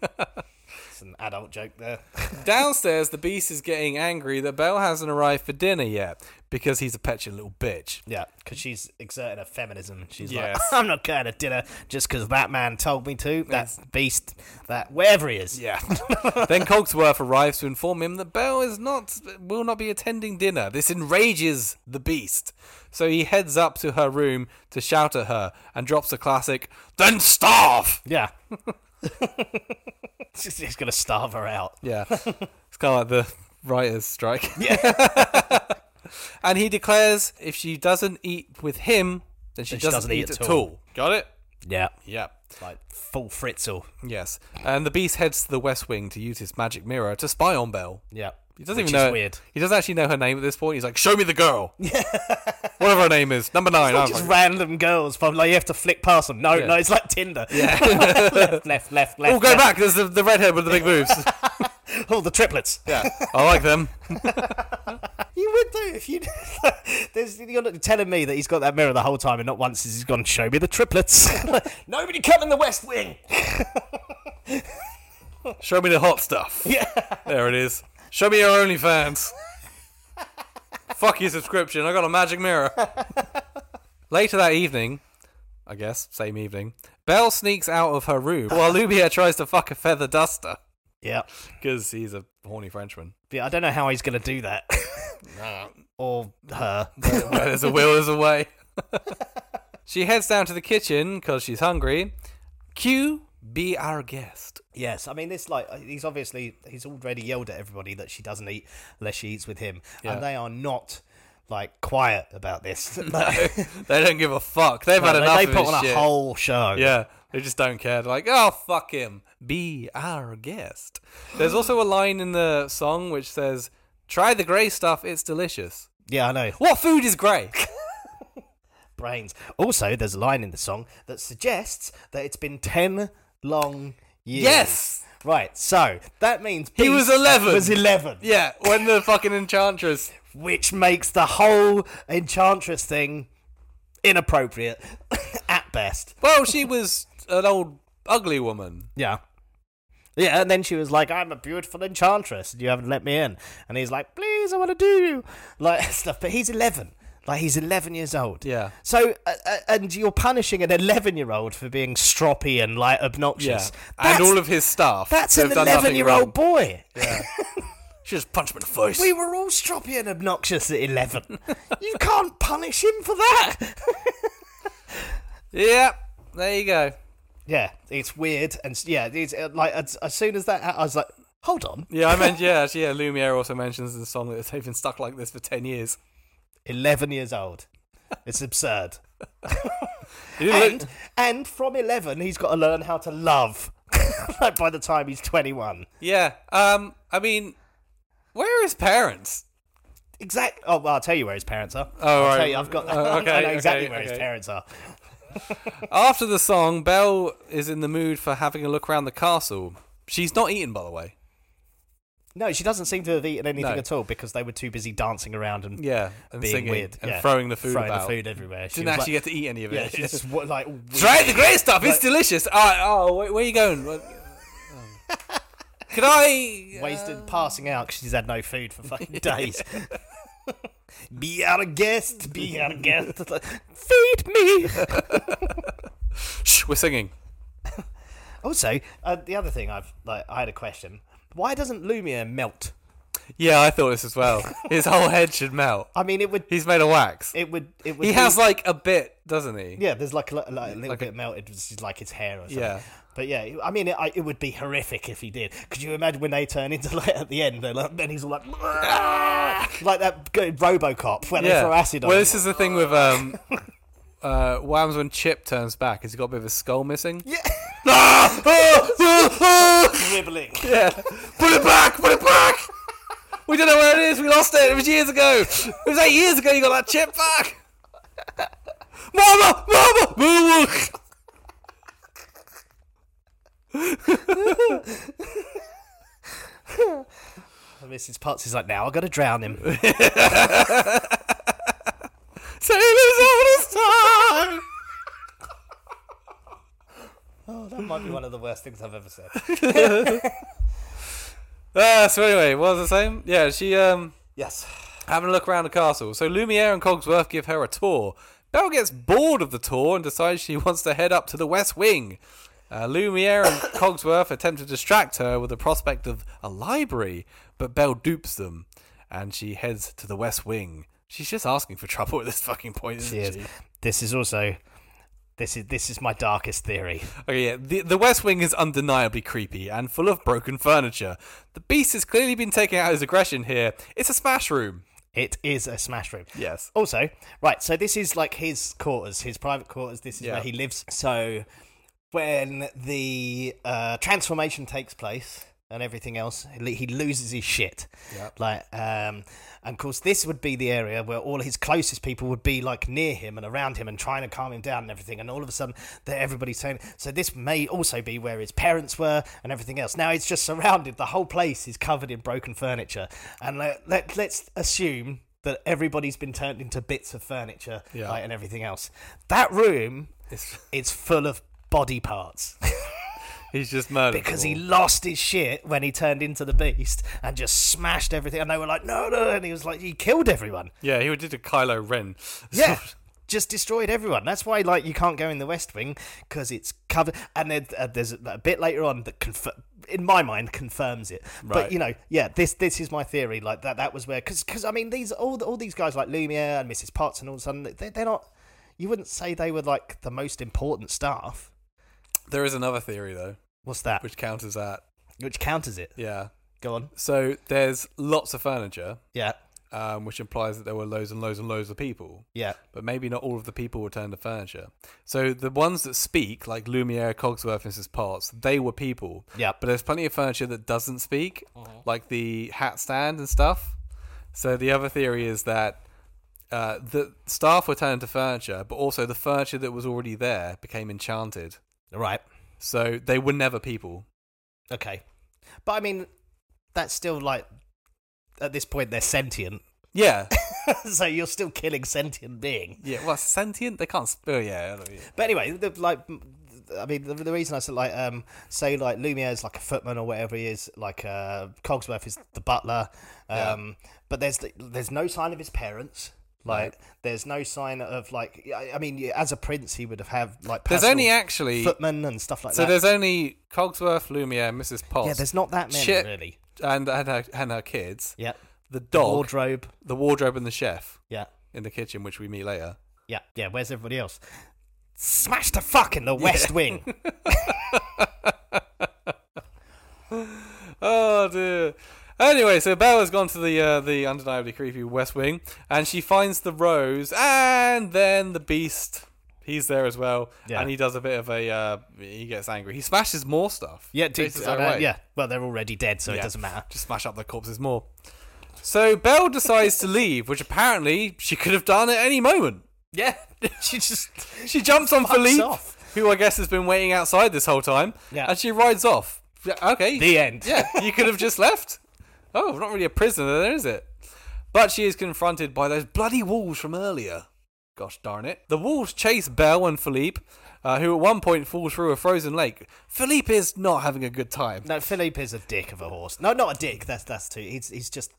Speaker 4: It's an adult joke there.
Speaker 3: Downstairs, the beast is getting angry that Belle hasn't arrived for dinner yet because he's a petulant little bitch.
Speaker 4: yeah, because she's exerting her feminism. She's
Speaker 3: Yes.
Speaker 4: like, I'm not going to dinner just because that man told me to. That beast, that wherever he is.
Speaker 3: Yeah. then Cogsworth arrives to inform him that Belle is not will not be attending dinner. This enrages the beast. So he heads up to her room to shout at her and drops a classic, "Then starve."
Speaker 4: Yeah. He's just going to starve her out.
Speaker 3: Yeah. it's kind of like the writers strike. Yeah. and he declares if she doesn't eat with him, then she, doesn't, eat, at, all. Got it?
Speaker 4: Yeah.
Speaker 3: Yeah.
Speaker 4: Like full fritzel.
Speaker 3: Yes. And the beast heads to the West Wing to use his magic mirror to spy on Belle.
Speaker 4: Yeah.
Speaker 3: He doesn't
Speaker 4: Which
Speaker 3: even know.
Speaker 4: Is weird.
Speaker 3: He doesn't actually know her name at this point. He's like, "Show me the girl." Whatever her name is, number nine. I was
Speaker 4: Just
Speaker 3: like,
Speaker 4: random girls from like you have to flick past them. No, no, it's like Tinder. Yeah. left, left, left, left.
Speaker 3: oh, go
Speaker 4: left.
Speaker 3: back. There's the, the redhead with the big boobs.
Speaker 4: Oh, the triplets.
Speaker 3: yeah, I like them.
Speaker 4: You would do if you. There's, you're not telling me that he's got that mirror the whole time, and not once has he gone. Show me the triplets. Nobody come in the West Wing.
Speaker 3: Show me the hot stuff. Yeah, there it is. Show me your OnlyFans. Fuck your subscription. I got a magic mirror. Later that evening, I guess same evening, Belle sneaks out of her room while Lumiere tries to fuck a feather duster
Speaker 4: Yeah.
Speaker 3: because he's a horny Frenchman.
Speaker 4: But I don't know how he's gonna do that. or her.
Speaker 3: Where there's a will, there's a way. she heads down to the kitchen because she's hungry. Q, be our guest.
Speaker 4: Yes, I mean this. Like uh, he's obviously he's already yelled at everybody that she doesn't eat unless she eats with him, and they are not like quiet about this. Like,
Speaker 3: They don't give a fuck. They've had
Speaker 4: they,
Speaker 3: enough
Speaker 4: they
Speaker 3: of
Speaker 4: put
Speaker 3: his
Speaker 4: on
Speaker 3: shit.
Speaker 4: a whole show.
Speaker 3: Yeah, they just don't care. They're like, oh, fuck him. Be our guest. There's also a line in the song which says, try the grey stuff, it's delicious.
Speaker 4: yeah, I know.
Speaker 3: What food is grey?
Speaker 4: brains. Also, there's a line in the song that suggests that it's been 10 long years.
Speaker 3: Yes!
Speaker 4: Right, so that means
Speaker 3: He was 11.
Speaker 4: Was 11.
Speaker 3: yeah, when the fucking enchantress.
Speaker 4: Which makes the whole Enchantress thing inappropriate at best.
Speaker 3: Well, she was an old, ugly woman.
Speaker 4: Yeah. Yeah, and then she was like, I'm a beautiful Enchantress, and you haven't let me in. And he's like, please, I want to do you. Like, stuff. But he's 11. Like, he's 11 years old.
Speaker 3: Yeah.
Speaker 4: So, uh, uh, and you're punishing an 11 year old for being stroppy and, like,
Speaker 3: Yeah.
Speaker 4: obnoxious.
Speaker 3: And
Speaker 4: That's-
Speaker 3: all of his staff.
Speaker 4: That's
Speaker 3: who've
Speaker 4: an
Speaker 3: done nothing
Speaker 4: 11 year old
Speaker 3: wrong.
Speaker 4: boy.
Speaker 3: She just punched him in the face.
Speaker 4: We were all stroppy and obnoxious at 11. you can't punish him for that.
Speaker 3: Yep. There you go.
Speaker 4: yeah, it's weird. And s- yeah, it's uh, like as, as soon as that, ha- I was like, hold on.
Speaker 3: Yeah, I meant yeah, actually, yeah, Lumiere also mentions in the song that they've been stuck like this for ten years.
Speaker 4: 11 years old. It's absurd.
Speaker 3: You didn't
Speaker 4: And,
Speaker 3: look-
Speaker 4: and from 11, he's got to learn how to love. like by the time he's 21.
Speaker 3: yeah. Um I mean where are his parents?
Speaker 4: Exact. Oh, well, I'll tell you where his parents are.
Speaker 3: Oh,
Speaker 4: I'll
Speaker 3: right.
Speaker 4: tell you, I've got.
Speaker 3: Oh, okay,
Speaker 4: I know exactly
Speaker 3: okay,
Speaker 4: where his
Speaker 3: okay.
Speaker 4: parents are.
Speaker 3: After the song, Belle is in the mood for having a look around the castle. She's not eaten, by the way.
Speaker 4: No, she doesn't seem to have eaten anything
Speaker 3: No.
Speaker 4: at all because they were too busy dancing around and
Speaker 3: Yeah. And
Speaker 4: being
Speaker 3: singing
Speaker 4: weird
Speaker 3: and
Speaker 4: yeah.
Speaker 3: throwing the food
Speaker 4: throwing
Speaker 3: about.
Speaker 4: the food everywhere. She
Speaker 3: Didn't
Speaker 4: was
Speaker 3: actually
Speaker 4: like,
Speaker 3: get to eat any of it.
Speaker 4: yeah, she just wa- like all weird.
Speaker 3: Try the great stuff, it's delicious. Ah, oh, where, where are you going? What- oh. Could I
Speaker 4: wasted passing out because she's had no food for fucking days. be our guest, be our guest. Feed me.
Speaker 3: Shh, we're singing.
Speaker 4: also, uh, the other thing I've like, I had a question. Why doesn't Lumia melt?
Speaker 3: Yeah, I thought this as well. His whole head should melt.
Speaker 4: I mean, it would,
Speaker 3: He's made of wax.
Speaker 4: it would, it would.
Speaker 3: He
Speaker 4: be-
Speaker 3: has like a bit, doesn't he?
Speaker 4: yeah. There's like a, li- like a little
Speaker 3: Like a-
Speaker 4: bit melted, which is like his hair or something.
Speaker 3: Yeah.
Speaker 4: But yeah, I mean, it, I, it would be horrific if he did. Could you imagine when they turn into like at the end, they're like, and he's all like, like that good RoboCop when they throw acid on
Speaker 3: Well,
Speaker 4: him.
Speaker 3: this is the thing with um, uh, Wham's when Chip turns back. Has he got a bit of a skull missing? Ah! Oh! Yeah.
Speaker 4: dribbling.
Speaker 3: Put it back! Put it back! We don't know where it is. We lost it. It was years ago. It was eight years ago. You got that chip back. Mama, mama, mama.
Speaker 4: Mr. Mrs. Potts is like, now i got to drown him.
Speaker 3: Sailors all this time.
Speaker 4: oh, that might be one of the worst things I've ever said.
Speaker 3: Uh, so anyway, what was the same? Yeah, she um
Speaker 4: Yes.
Speaker 3: having a look around the castle. So Lumiere and Cogsworth give her a tour. Belle gets bored of the tour and decides she wants to head up to the West Wing. Uh, Lumiere and Cogsworth attempt to distract her with the prospect of a library, but Belle dupes them and she heads to the West Wing. She's just asking for trouble at this fucking point, isn't
Speaker 4: Yes.
Speaker 3: she?
Speaker 4: This is also this is this is my darkest theory.
Speaker 3: Okay, yeah. The, the West Wing is undeniably creepy and full of broken furniture. The Beast has clearly been taking out his aggression here. It's a smash room.
Speaker 4: It is a smash room.
Speaker 3: Yes.
Speaker 4: Also, right, so this is like his quarters, his private quarters. This is
Speaker 3: Yeah.
Speaker 4: where he lives. So when the uh, transformation takes place and everything else, he he loses his shit. Like, um, and of course, this would be the area where all his closest people would be like near him and around him and trying to calm him down and everything. And all of a sudden, that everybody's saying. So this may also be where his parents were and everything else. Now it's just surrounded. The whole place is covered in broken furniture. And let, let let's assume that everybody's been turned into bits of furniture
Speaker 3: Yeah.
Speaker 4: like, and everything else. That room it's full of body parts
Speaker 3: He's just murdered.
Speaker 4: because he lost his shit when he turned into the beast and just smashed everything. And they were like, no, no. And he was like, he killed everyone.
Speaker 3: Yeah, he did a Kylo Ren.
Speaker 4: Yeah. Just destroyed everyone. That's why, like, you can't go in the West Wing because it's covered. And then uh, there's a, a bit later on that, confir- in my mind, confirms it.
Speaker 3: Right.
Speaker 4: But you know, yeah, this this is my theory. Like that that was where because because I mean these all the- all these guys like Lumiere and Mrs. Potts and all of a sudden they, they're not. You wouldn't say they were like the most important staff.
Speaker 3: There is another theory though,
Speaker 4: What's that?
Speaker 3: which counters that.
Speaker 4: Which counters it.
Speaker 3: Yeah.
Speaker 4: Go on.
Speaker 3: So there's lots of furniture,
Speaker 4: Yeah.
Speaker 3: um, which implies that there were loads and loads and loads of people.
Speaker 4: Yeah.
Speaker 3: But maybe not all of the people were turned to furniture. So the ones that speak, like Lumiere, Cogsworth, and Mrs. Potts, they were people.
Speaker 4: Yeah.
Speaker 3: But there's plenty of furniture that doesn't speak, like the hat stand and stuff. So the other theory is that uh, the staff were turned to furniture, but also the furniture that was already there became enchanted.
Speaker 4: Right.
Speaker 3: So they were never people.
Speaker 4: Okay. But I mean, that's still like at this point they're sentient,
Speaker 3: Yeah,
Speaker 4: so you're still killing sentient being.
Speaker 3: yeah. Well, sentient. They can't. Sp- oh, yeah. I know, yeah.
Speaker 4: But anyway, the, like. I mean, the, the reason I said like, um, say like Lumiere's like a footman or whatever he is, like uh, Cogsworth is the butler, um, but there's the, there's no sign of his parents. Like, there's no sign of like, I, I mean, as a prince, he would have have like
Speaker 3: There's
Speaker 4: personal
Speaker 3: only actually.
Speaker 4: footmen and stuff like
Speaker 3: so
Speaker 4: that.
Speaker 3: there's only Cogsworth, Lumiere, Mrs. Potts.
Speaker 4: yeah, there's not that many
Speaker 3: Shit.
Speaker 4: really.
Speaker 3: and and her, and her kids.
Speaker 4: Yeah,
Speaker 3: The dog,
Speaker 4: wardrobe.
Speaker 3: the wardrobe, and the chef
Speaker 4: Yeah.
Speaker 3: in the kitchen, which we meet later.
Speaker 4: Yeah, yeah, where's everybody else? Smash the fuck in the West Wing.
Speaker 3: Oh dear. Anyway, so Belle has gone to the uh, the undeniably creepy West Wing, and she finds the rose, and then the Beast. He's there as well,
Speaker 4: Yeah.
Speaker 3: and he does a bit of a. Uh, he gets angry. He smashes more stuff.
Speaker 4: Yeah,
Speaker 3: Chases
Speaker 4: dude,
Speaker 3: her
Speaker 4: I know,
Speaker 3: away.
Speaker 4: yeah. Well, they're already dead, so it
Speaker 3: Yeah.
Speaker 4: doesn't matter.
Speaker 3: Just smash up the corpses more. So Belle decides to leave, which apparently she could have done at any moment.
Speaker 4: Yeah, she just
Speaker 3: She jumps on
Speaker 4: Fucks
Speaker 3: Philippe,
Speaker 4: off.
Speaker 3: who I guess has been waiting outside this whole time,
Speaker 4: Yeah.
Speaker 3: and she rides off. Yeah, Okay.
Speaker 4: the end.
Speaker 3: Yeah, you could have just left. Oh, not really a prisoner then, is it? But she is confronted by those bloody wolves from earlier. Gosh darn it. The wolves chase Belle and Philippe, uh, who at one point fall through a frozen lake. Philippe is not having a good time.
Speaker 4: No, Philippe is a dick of a horse. No, not a dick. That's that's too. He's he's just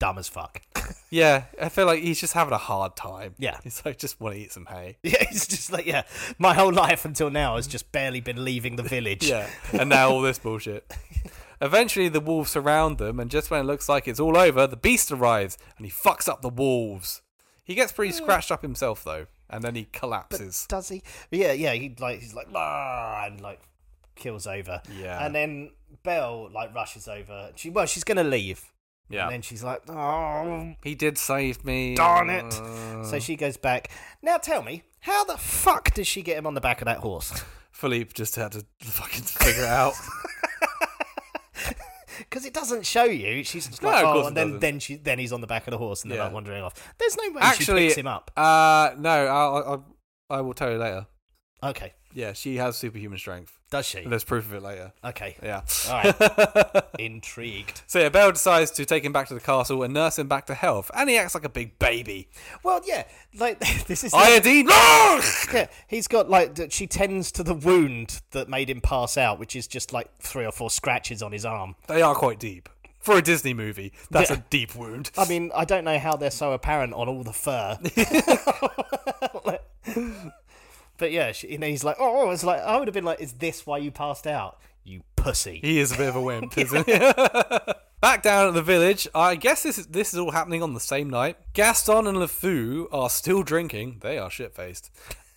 Speaker 4: dumb as fuck.
Speaker 3: Yeah, I feel like he's just having a hard time.
Speaker 4: Yeah.
Speaker 3: He's like, just want to eat some hay.
Speaker 4: yeah, he's just like yeah. My whole life until now has just barely been leaving the village.
Speaker 3: Yeah. And now all this bullshit. Eventually, the wolves surround them, and just when it looks like it's all over, the beast arrives and he fucks up the wolves. He gets pretty scratched up himself, though, and then he collapses.
Speaker 4: Does he? Yeah, yeah. He like he's like "Ah," and like kills over.
Speaker 3: Yeah.
Speaker 4: And then Belle like rushes over. She well, she's gonna leave.
Speaker 3: yeah.
Speaker 4: And then she's like, oh,
Speaker 3: he did save me.
Speaker 4: darn it.
Speaker 3: Uh.
Speaker 4: So she goes back. Now tell me, how the fuck does she get him on the back of that horse?
Speaker 3: Philippe just had to fucking figure it out.
Speaker 4: Because it doesn't show you. She's just
Speaker 3: No,
Speaker 4: like,
Speaker 3: of course
Speaker 4: oh,
Speaker 3: it
Speaker 4: and then,
Speaker 3: doesn't.
Speaker 4: then she then he's on the back of the horse and they're
Speaker 3: Yeah.
Speaker 4: like wandering off. There's no way she
Speaker 3: Actually,
Speaker 4: picks him up.
Speaker 3: Uh, no, I'll, I'll, I will tell you later.
Speaker 4: Okay.
Speaker 3: Yeah, she has superhuman strength.
Speaker 4: Does she?
Speaker 3: There's proof of it later.
Speaker 4: Okay.
Speaker 3: Yeah.
Speaker 4: All right. Intrigued.
Speaker 3: So yeah, Bell decides to take him back to the castle and nurse him back to health, and he acts like a big baby.
Speaker 4: Well, yeah. Like this is.
Speaker 3: Iodine.
Speaker 4: yeah, he's got like that. She tends to the wound that made him pass out, which is just like three or four scratches on his arm.
Speaker 3: they are quite deep for a Disney movie. That's
Speaker 4: Yeah.
Speaker 3: a deep wound.
Speaker 4: I mean, I don't know how they're so apparent on all the fur. but yeah, she, and he's like, oh, it's like I would have been like, is this why you passed out, you pussy?
Speaker 3: He is a bit of a wimp, isn't he? Back down at the village, I guess this is this is all happening on the same night. Gaston and LeFou are still drinking. They are shit faced.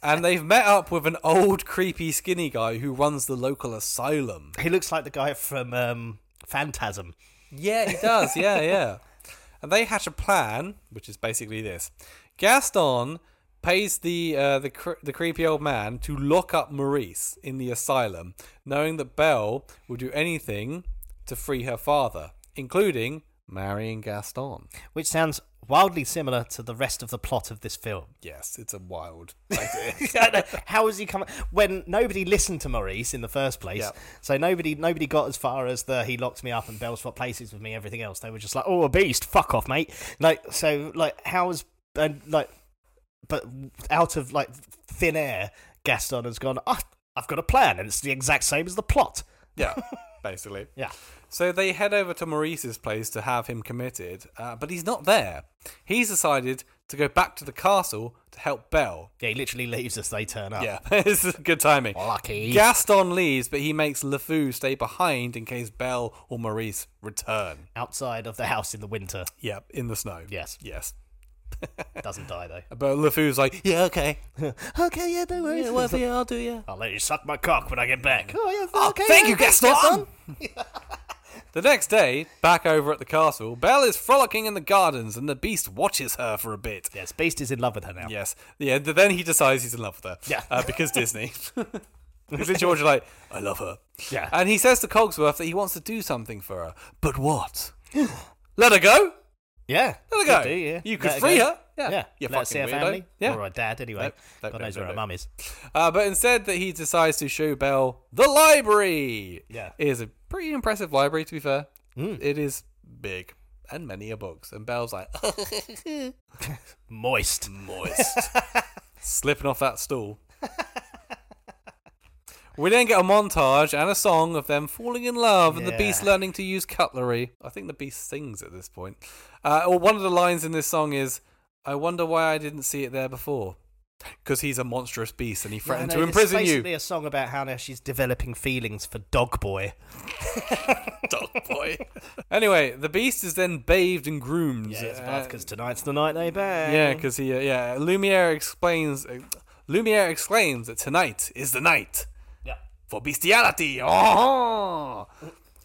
Speaker 3: And they've met up with an old creepy skinny guy who runs the local asylum.
Speaker 4: He looks like the guy from um, Phantasm.
Speaker 3: Yeah, he does. Yeah, yeah. And they hatch a plan, which is basically this: Gaston pays the uh, the cre- the creepy old man to lock up Maurice in the asylum, knowing that Belle will do anything to free her father, including marrying Gaston.
Speaker 4: which sounds wildly similar to the rest of the plot of this film.
Speaker 3: Yes, it's a wild.
Speaker 4: How has he come when nobody listened to Maurice in the first place?
Speaker 3: Yep.
Speaker 4: So nobody nobody got as far as the he locked me up and Bell swapped places with me. Everything else, they were just like, oh, a beast, fuck off, mate. Like so, like how is and like, but out of like thin air, Gaston has gone. Oh, I've got a plan, and it's the exact same as the plot.
Speaker 3: yeah, basically.
Speaker 4: Yeah.
Speaker 3: So they head over to Maurice's place to have him committed, uh, but he's not there. He's decided to go back to the castle to help Belle.
Speaker 4: Yeah, he literally leaves us. They turn up.
Speaker 3: Yeah, this is good timing.
Speaker 4: Lucky.
Speaker 3: Gaston leaves, but he makes LeFou stay behind in case Belle or Maurice return.
Speaker 4: Outside of the house in the winter.
Speaker 3: Yep, in the snow.
Speaker 4: Yes.
Speaker 3: Yes.
Speaker 4: Doesn't die though.
Speaker 3: But LeFou's like, yeah, okay.
Speaker 4: Okay, yeah, no worries.
Speaker 3: Yeah, whatever, yeah, I'll do, yeah.
Speaker 4: I'll let you suck my cock when I get back. Oh, yeah, okay.
Speaker 3: Thank you, Gaston! the next day, back over at the castle, Belle is frolicking in the gardens and the beast watches her for a bit.
Speaker 4: Yes, Beast is in love with her now.
Speaker 3: Yes. Yeah, th- then he decides he's in love with her.
Speaker 4: Yeah.
Speaker 3: Uh, because Disney. Because in George like, I love her.
Speaker 4: Yeah.
Speaker 3: And he says to Cogsworth that he wants to do something for her. But what? Let her go?
Speaker 4: Yeah.
Speaker 3: Let her
Speaker 4: could
Speaker 3: go.
Speaker 4: do, yeah.
Speaker 3: You could
Speaker 4: Let her
Speaker 3: free
Speaker 4: go.
Speaker 3: her. Yeah.
Speaker 4: Yeah.
Speaker 3: You
Speaker 4: Let her see her
Speaker 3: fucking weirdo.
Speaker 4: family.
Speaker 3: Yeah.
Speaker 4: Or her dad, anyway.
Speaker 3: Nope, nope,
Speaker 4: God
Speaker 3: nope,
Speaker 4: knows
Speaker 3: nope,
Speaker 4: where her
Speaker 3: nope.
Speaker 4: mum is.
Speaker 3: Uh, but instead, that he decides to show Belle the library.
Speaker 4: Yeah. Hmm.
Speaker 3: It is a pretty impressive library, to be fair. It is big and many are books. And Belle's like,
Speaker 4: Moist.
Speaker 3: moist. Slipping off that stool. We then get a montage and a song of them falling in love and the beast
Speaker 4: Yeah.
Speaker 3: learning to use cutlery. I think the beast sings at this point. Uh, or one of the lines in this song is, "I wonder why I didn't see it there before," because he's a monstrous beast and he threatened
Speaker 4: No,
Speaker 3: to
Speaker 4: no,
Speaker 3: imprison
Speaker 4: It's
Speaker 3: you.
Speaker 4: basically a song about how now she's developing feelings for Dog Boy.
Speaker 3: dog boy. anyway, the beast is then bathed and groomed.
Speaker 4: Yeah, it's
Speaker 3: uh,
Speaker 4: because tonight's the night they bang.
Speaker 3: yeah, 'cause he, uh, yeah, Lumiere explains, uh, Lumiere exclaims that tonight is the night
Speaker 4: Yeah.
Speaker 3: for bestiality. Oh!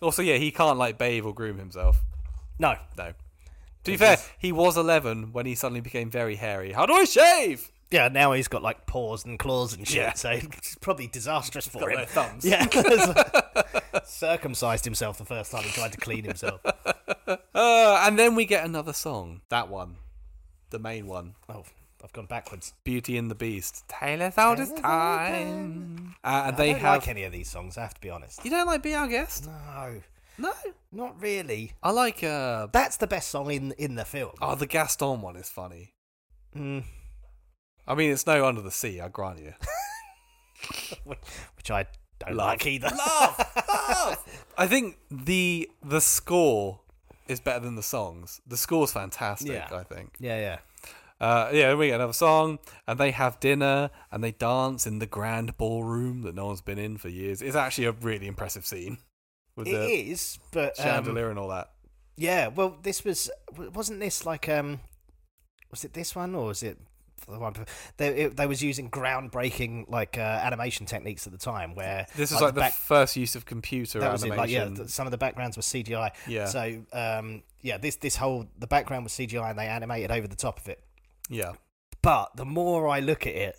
Speaker 3: Also, yeah, he can't like bathe or groom himself.
Speaker 4: No.
Speaker 3: No. To be fair, he was 11 when he suddenly became very hairy. How do I shave?
Speaker 4: Yeah, now he's got like paws and claws and shit,
Speaker 3: Yeah.
Speaker 4: so it's probably disastrous for him.
Speaker 3: no thumbs.
Speaker 4: Yeah. Circumcised himself the first time he tried to clean himself.
Speaker 3: Uh, and then we get another song. That one. The main one.
Speaker 4: Oh, I've gone backwards.
Speaker 3: Beauty and the Beast. Tale as old as time. Uh, and they
Speaker 4: I don't
Speaker 3: have.
Speaker 4: like any of these songs, I have to be honest.
Speaker 3: You don't like Be Our Guest?
Speaker 4: No,
Speaker 3: No.
Speaker 4: not really.
Speaker 3: I like. uh
Speaker 4: That's the best song in in the film.
Speaker 3: Oh, the Gaston one is funny.
Speaker 4: Mm.
Speaker 3: I mean, it's no Under the Sea, I grant you.
Speaker 4: Which I don't like either.
Speaker 3: I think the the score is better than the songs. The score's fantastic,
Speaker 4: Yeah.
Speaker 3: I think.
Speaker 4: Yeah, yeah.
Speaker 3: Uh, yeah, then we get another song, and they have dinner, and they dance in the grand ballroom that no one's been in for years. It's actually a really impressive scene with
Speaker 4: It
Speaker 3: the
Speaker 4: is, but um,
Speaker 3: chandelier and all that.
Speaker 4: yeah. Well, this was wasn't this like um, was it this one or was it the one? bef- They it, they was using groundbreaking like uh, animation techniques at the time where
Speaker 3: This is like the
Speaker 4: back-
Speaker 3: first use of computer
Speaker 4: that was
Speaker 3: animation.
Speaker 4: it. Like yeah, th- some of the backgrounds were CGI.
Speaker 3: Yeah.
Speaker 4: So um, yeah, this this whole the background was CGI and they animated over the top of it.
Speaker 3: yeah.
Speaker 4: But the more I look at it,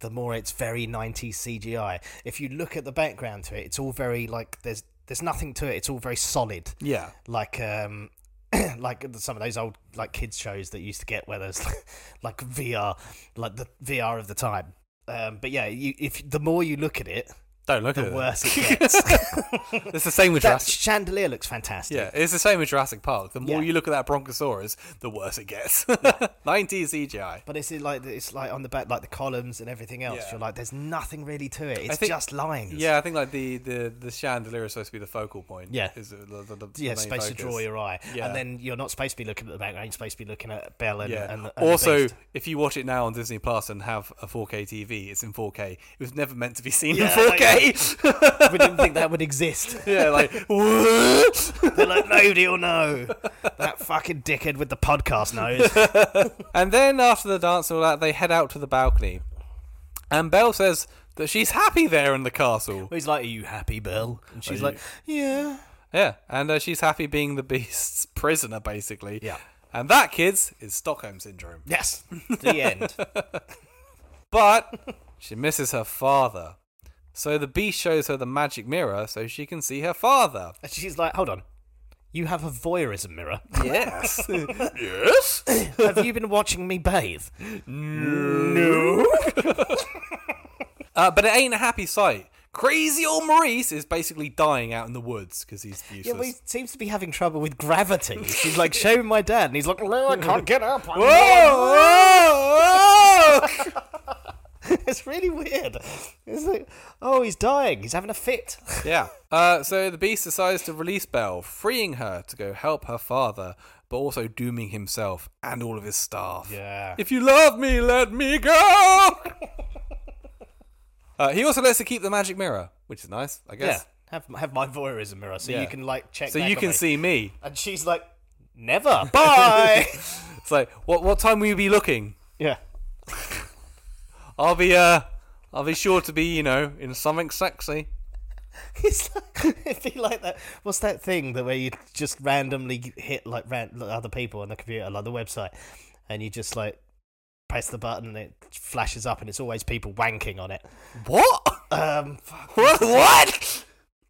Speaker 4: the more it's very 90s CGI. If you look at the background to it, it's all very like there's there's nothing to it. It's all very solid.
Speaker 3: Yeah.
Speaker 4: Like um like some of those old like kids shows that you used to get where there's like, VR like the VR of the time. Um, but yeah, you, if the more you look at it,
Speaker 3: Don't look at
Speaker 4: the
Speaker 3: it.
Speaker 4: worse it gets.
Speaker 3: It's the same with
Speaker 4: that
Speaker 3: Jurassic.
Speaker 4: chandelier looks fantastic.
Speaker 3: Yeah, it's the same with Jurassic Park. The more
Speaker 4: Yeah.
Speaker 3: you look at that Bronchosaurus, the worse it gets. 90s CGI.
Speaker 4: But it's like it's like on the back, like the columns and everything else.
Speaker 3: Yeah.
Speaker 4: You're like, there's nothing really to it. It's
Speaker 3: think-
Speaker 4: just lines.
Speaker 3: Yeah, I think like the, the, the chandelier is supposed to be the focal point.
Speaker 4: Yeah.
Speaker 3: is the, the, the
Speaker 4: Yeah,
Speaker 3: main
Speaker 4: it's supposed to draw
Speaker 3: focus.
Speaker 4: your eye,
Speaker 3: Yeah.
Speaker 4: and then you're not supposed to be looking at the background. You're supposed to be looking at Bell and,
Speaker 3: Yeah.
Speaker 4: and, and the
Speaker 3: also,
Speaker 4: Beast.
Speaker 3: if you watch it now on Disney Plus and have a 4K TV, it's in 4K. It was never meant to be seen
Speaker 4: Yeah,
Speaker 3: in 4K.
Speaker 4: we didn't think that would exist.
Speaker 3: yeah, like.
Speaker 4: They're like, nobody will know. That fucking dickhead with the podcast knows.
Speaker 3: and then after the dance and all that, they head out to the balcony, and Belle says that she's happy there in the castle.
Speaker 4: He's like, are you happy, Bell? And she's like, yeah.
Speaker 3: Yeah, and uh, she's happy being the beast's prisoner, basically.
Speaker 4: Yeah.
Speaker 3: And that, kids, is Stockholm syndrome.
Speaker 4: Yes. The end.
Speaker 3: But she misses her father. So the beast shows her the magic mirror so she can see her father.
Speaker 4: And she's like, hold on. You have a voyeurism mirror.
Speaker 3: Yes. yes.
Speaker 4: have you been watching me bathe?
Speaker 3: Uh, but it ain't a happy sight. Crazy old Maurice is basically dying out in the woods because he's
Speaker 4: Yeah, but he
Speaker 3: useless.
Speaker 4: seems to be having trouble with gravity. She's like, show my dad. And he's like, no, I can't get up. I'm
Speaker 3: whoa, whoa!
Speaker 4: It's really weird. It's like, oh, he's dying. He's having a fit.
Speaker 3: Yeah. Uh, so the beast decides to release Belle, freeing her to go help her father, but also dooming himself and all of his staff.
Speaker 4: Yeah.
Speaker 3: If you love me, let me go! uh, he also lets her keep the magic mirror, which is nice, I
Speaker 4: Yeah.
Speaker 3: guess.
Speaker 4: Have, have my voyeurism mirror so
Speaker 3: Yeah.
Speaker 4: you can, like, check
Speaker 3: So
Speaker 4: back
Speaker 3: you
Speaker 4: on
Speaker 3: can
Speaker 4: me.
Speaker 3: see me.
Speaker 4: And she's like, never. Bye.
Speaker 3: It's like, what what time will you be looking?
Speaker 4: yeah.
Speaker 3: I'll be uh I'll be sure to be, you know, in something sexy.
Speaker 4: It's like, it'd be like that. What's that thing that where you just randomly hit like ran, like, other people on the computer, like the website, and you just like press the button and it flashes up and it's always people wanking on it.
Speaker 3: What?
Speaker 4: Um,
Speaker 3: what? What?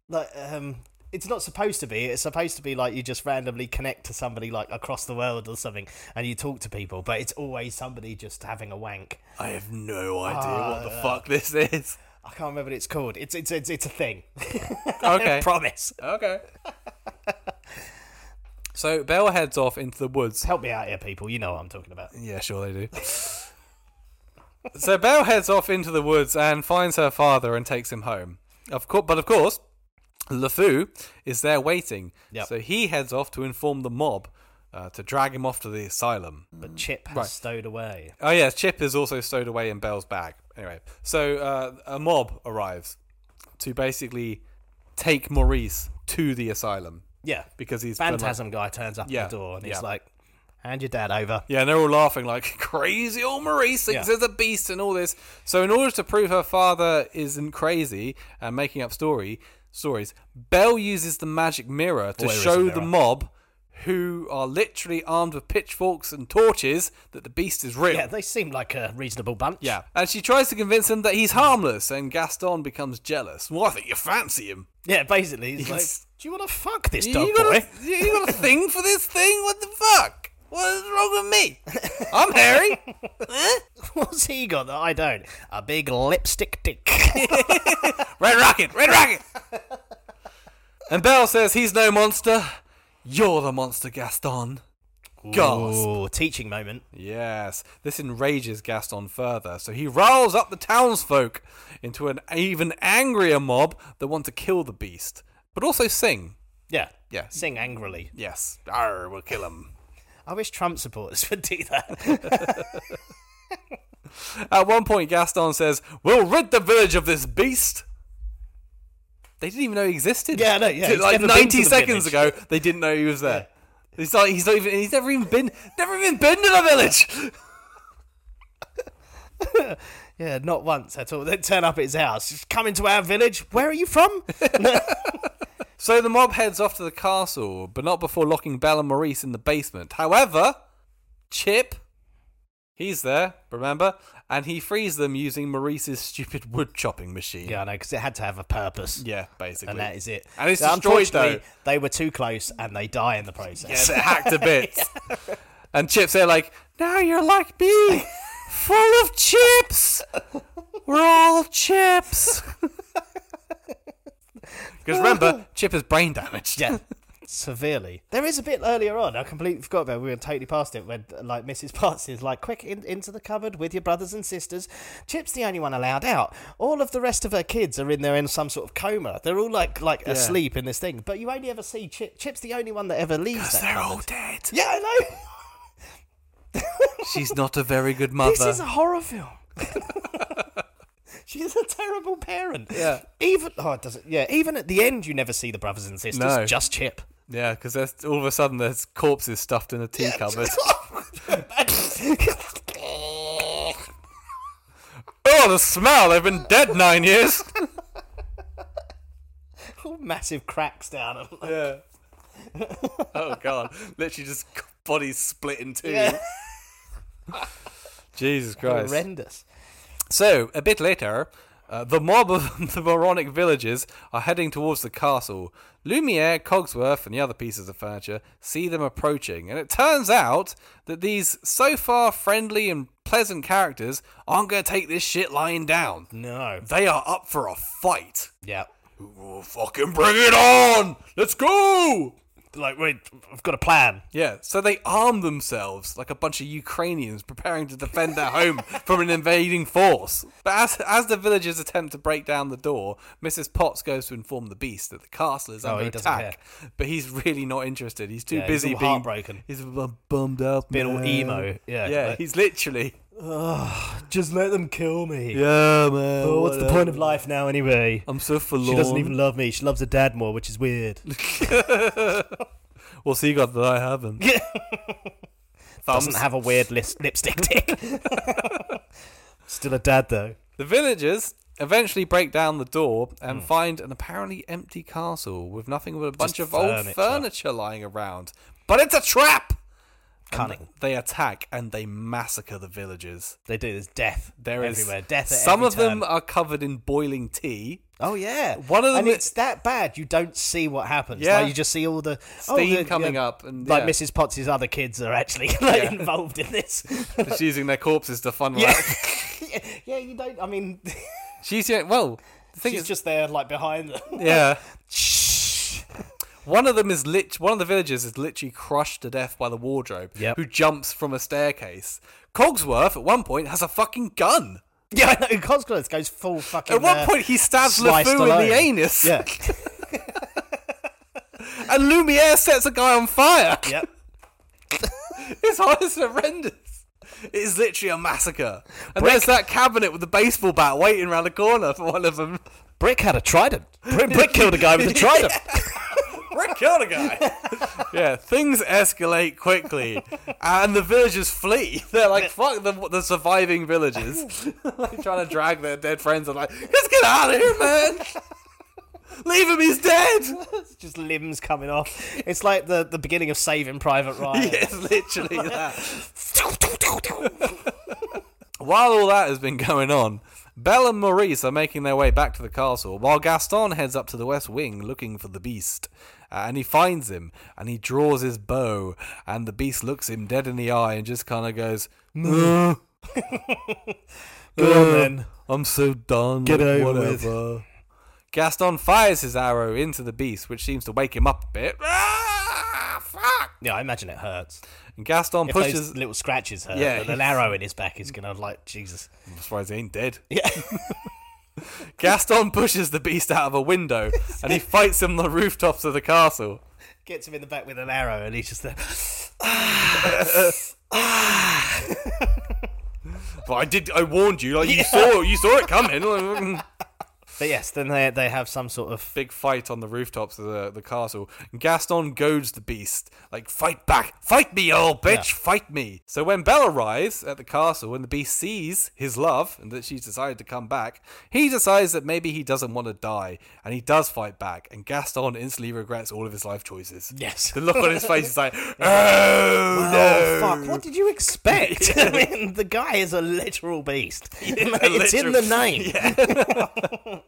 Speaker 4: like um, it's not supposed to be. It's supposed to be like you just randomly connect to somebody like across the world or something, and you talk to people, but it's always somebody just having a wank.
Speaker 3: I have no idea what the fuck this is.
Speaker 4: I can't remember what it's called. It's it's it's, it's a thing.
Speaker 3: Okay.
Speaker 4: Promise.
Speaker 3: Okay. so Belle heads off into the woods.
Speaker 4: Help me out here, people. You know what I'm talking about.
Speaker 3: Yeah, sure they do. so Belle heads off into the woods and finds her father and takes him home. Of course, but of course, LeFou is there waiting.
Speaker 4: Yep.
Speaker 3: So he heads off to inform the mob uh, to drag him off to the asylum.
Speaker 4: But Chip has stowed away.
Speaker 3: Oh yeah, Chip is also stowed away in Belle's bag. Anyway, so uh, a mob arrives to basically take Maurice to the asylum
Speaker 4: Yeah.
Speaker 3: because he's been, like-
Speaker 4: Phantasm guy turns up
Speaker 3: Yeah,
Speaker 4: at the door and
Speaker 3: yeah.
Speaker 4: he's like, hand your dad over.
Speaker 3: Yeah, and they're all laughing like crazy old Maurice thinks
Speaker 4: Yeah.
Speaker 3: there's a beast and all this. So in order to prove her father isn't crazy and making up story stories, Belle uses the magic mirror to
Speaker 4: Voyeurism
Speaker 3: show the
Speaker 4: mirror.
Speaker 3: mob who are literally armed with pitchforks and torches that the beast is real.
Speaker 4: Yeah, they seem like a reasonable bunch.
Speaker 3: Yeah. And she tries to convince him that he's harmless and Gaston becomes jealous. Well, I think you fancy him.
Speaker 4: Yeah, basically, he's like,
Speaker 3: Yes.
Speaker 4: do you want to fuck this dog
Speaker 3: You got,
Speaker 4: boy?
Speaker 3: a, you got a thing for this thing? What the fuck? What is wrong with me? I'm hairy. Huh?
Speaker 4: What's he got that I don't? A big lipstick dick.
Speaker 3: Red Rocket, Red Rocket. and Bell says he's no monster. You're the monster, Gaston. Gasp.
Speaker 4: Ooh, teaching moment.
Speaker 3: Yes, this enrages Gaston further, so he riles up the townsfolk into an even angrier mob that want to kill the beast, but also sing.
Speaker 4: Yeah.
Speaker 3: Yeah.
Speaker 4: Sing angrily.
Speaker 3: Yes, arr, we'll kill him.
Speaker 4: I wish Trump supporters would do that.
Speaker 3: At one point, Gaston says, "We'll rid the village of this beast." They didn't even know he existed.
Speaker 4: Yeah, I know, yeah,
Speaker 3: Till,
Speaker 4: he's
Speaker 3: like
Speaker 4: never been to
Speaker 3: ninety
Speaker 4: the
Speaker 3: seconds ago, they didn't know he was there. He's like he's not even he's never even been never even been to the village.
Speaker 4: yeah, not once at all. They turn up at his house. Just come into our village. Where are you from?
Speaker 3: So the mob heads off to the castle, but not before locking Belle and Maurice in the basement. However, Chip, he's there, remember, and he frees them using Maurice's stupid wood chopping machine.
Speaker 4: yeah, I know, because it had to have a purpose.
Speaker 3: yeah, basically,
Speaker 4: And that is it.
Speaker 3: And it's
Speaker 4: So
Speaker 3: destroyed though.
Speaker 4: unfortunately, They were too close and they die in the process.
Speaker 3: Yeah, they're hacked to bits. And Chip's there like, now you're like me, full of chips. We're all chips. Because remember, Chip is brain damaged.
Speaker 4: Yeah. Severely. There is a bit earlier on. I completely forgot about. it, We were totally past it. When like Mrs. Potts is like, "Quick in, into the cupboard with your brothers and sisters." Chip's the only one allowed out. All of the rest of her kids are in there in some sort of coma. They're all like like asleep in this thing. But you only ever see Chip. Chip's the only one that ever leaves. That
Speaker 3: They're all
Speaker 4: cupboard.
Speaker 3: dead.
Speaker 4: Yeah, I know.
Speaker 3: She's not a very good mother.
Speaker 4: This is a horror film. She's a terrible parent.
Speaker 3: Yeah.
Speaker 4: Even oh, it doesn't. Yeah. Even at the end, you never see the brothers and sisters.
Speaker 3: No.
Speaker 4: Just Chip.
Speaker 3: Yeah, because all of a sudden there's corpses stuffed in a tea cupboard. oh, the smell! They've been dead nine years.
Speaker 4: All massive cracks down. them.
Speaker 3: yeah. oh god! Literally just bodies split in two.
Speaker 4: Yeah.
Speaker 3: Jesus Christ!
Speaker 4: Horrendous.
Speaker 3: So, a bit later, uh, the mob of the moronic villagers are heading towards the castle. Lumiere, Cogsworth, and the other pieces of furniture see them approaching, and it turns out that these so far friendly and pleasant characters aren't going to take this shit lying down.
Speaker 4: No.
Speaker 3: They are up for a fight.
Speaker 4: Yeah.
Speaker 3: Oh, fucking bring it on! Let's go!
Speaker 4: Like wait, I've got a plan.
Speaker 3: Yeah, so they arm themselves like a bunch of Ukrainians preparing to defend their home from an invading force. But as, as the villagers attempt to break down the door, Mrs. Potts goes to inform the beast that the castle is
Speaker 4: Oh,
Speaker 3: under
Speaker 4: he doesn't
Speaker 3: attack. But he's really not interested. He's too
Speaker 4: Yeah, he's
Speaker 3: busy
Speaker 4: all
Speaker 3: being
Speaker 4: heartbroken.
Speaker 3: He's bu- bummed out.
Speaker 4: Been all
Speaker 3: man.
Speaker 4: emo. Yeah.
Speaker 3: Yeah,
Speaker 4: like,
Speaker 3: he's literally.
Speaker 4: just let them kill me.
Speaker 3: Yeah, man.
Speaker 4: Oh, what's the
Speaker 3: whatever.
Speaker 4: point of life now anyway?
Speaker 3: I'm so forlorn.
Speaker 4: She doesn't even love me. She loves her dad more, which is weird.
Speaker 3: What's he got that I haven't?
Speaker 4: doesn't have a weird lis- lipstick tick. Still a dad though.
Speaker 3: The villagers eventually break down the door and
Speaker 4: Hmm.
Speaker 3: find an apparently empty castle with nothing but a bunch of old
Speaker 4: furniture.
Speaker 3: furniture lying around. But it's a trap!
Speaker 4: Cunning.
Speaker 3: They attack and they massacre the villagers.
Speaker 4: They do. There's death.
Speaker 3: There is
Speaker 4: everywhere. Death. At
Speaker 3: some
Speaker 4: every
Speaker 3: of them
Speaker 4: turn.
Speaker 3: are covered in boiling tea.
Speaker 4: Oh yeah.
Speaker 3: One of them
Speaker 4: And
Speaker 3: is-
Speaker 4: it's that bad. You don't see what happens.
Speaker 3: Yeah.
Speaker 4: Like, you just see all the oh,
Speaker 3: Steam
Speaker 4: the-
Speaker 3: coming
Speaker 4: yeah.
Speaker 3: up and
Speaker 4: Like
Speaker 3: yeah,
Speaker 4: Mrs. Potts's other kids are actually like, involved in this.
Speaker 3: she's using their corpses to funnel
Speaker 4: yeah.
Speaker 3: out.
Speaker 4: yeah. You don't. I mean,
Speaker 3: She's yeah, well, the thing
Speaker 4: she's
Speaker 3: is,
Speaker 4: just there like behind them.
Speaker 3: yeah. One of them is lit. One of the villagers is literally crushed to death by the wardrobe,
Speaker 4: Yep.
Speaker 3: who jumps from a staircase. Cogsworth at one point has a fucking gun.
Speaker 4: Yeah, I know. Cosgrove goes full fucking.
Speaker 3: At one
Speaker 4: uh,
Speaker 3: point, he stabs
Speaker 4: sliced
Speaker 3: LeFou in
Speaker 4: alone.
Speaker 3: the anus,
Speaker 4: Yeah.
Speaker 3: and Lumiere sets a guy on fire.
Speaker 4: yep.
Speaker 3: It's honest horrendous. It is literally a massacre. And there's that cabinet with the baseball bat waiting around the corner for one of them.
Speaker 4: Brick had a trident. Brick, Brick killed a guy with a trident.
Speaker 3: Rick killed a guy. yeah, things escalate quickly, and the villagers flee. They're like, "Fuck the, the surviving villagers!" like, trying to drag their dead friends. I'm like, "Let's get out of here, man! Leave him. He's dead."
Speaker 4: It's just limbs coming off. It's like the, the beginning of Saving Private Ryan.
Speaker 3: Yeah, it's literally that. While all that has been going on, Belle and Maurice are making their way back to the castle, while Gaston heads up to the west wing looking for the beast. Uh, and he finds him, and he draws his bow, and the beast looks him dead in the eye and just kind of goes, "Nah,
Speaker 4: Go on then.
Speaker 3: I'm so done.
Speaker 4: Get
Speaker 3: with
Speaker 4: over with."
Speaker 3: whatever. Gaston fires his arrow into the beast, which seems to wake him up a bit. Ah, fuck!
Speaker 4: Yeah, I imagine it hurts.
Speaker 3: And Gaston
Speaker 4: If
Speaker 3: pushes.
Speaker 4: those little scratches hurt,
Speaker 3: Yeah.
Speaker 4: yeah, an arrow in his back is gonna like Jesus.
Speaker 3: I'm surprised he ain't dead.
Speaker 4: Yeah.
Speaker 3: Gaston pushes the beast out of a window and he fights him on the rooftops of the castle.
Speaker 4: Gets him in the back with an arrow, and he's just there.
Speaker 3: But I did I warned you, like you saw you saw it coming.
Speaker 4: But yes, then they they have some sort of
Speaker 3: Big fight on the rooftops of the, the castle. And Gaston goads the beast, like, fight back, fight me, you old bitch, fight me. So when Belle arrives at the castle and the beast sees his love and that she's decided to come back, he decides that maybe he doesn't want to die, and he does fight back, and Gaston instantly regrets all of his life choices.
Speaker 4: yes.
Speaker 3: The look on his face is like, oh,
Speaker 4: Oh
Speaker 3: no.
Speaker 4: fuck! What did you expect? I mean, the guy is a literal beast. it's in
Speaker 3: literal-
Speaker 4: the name.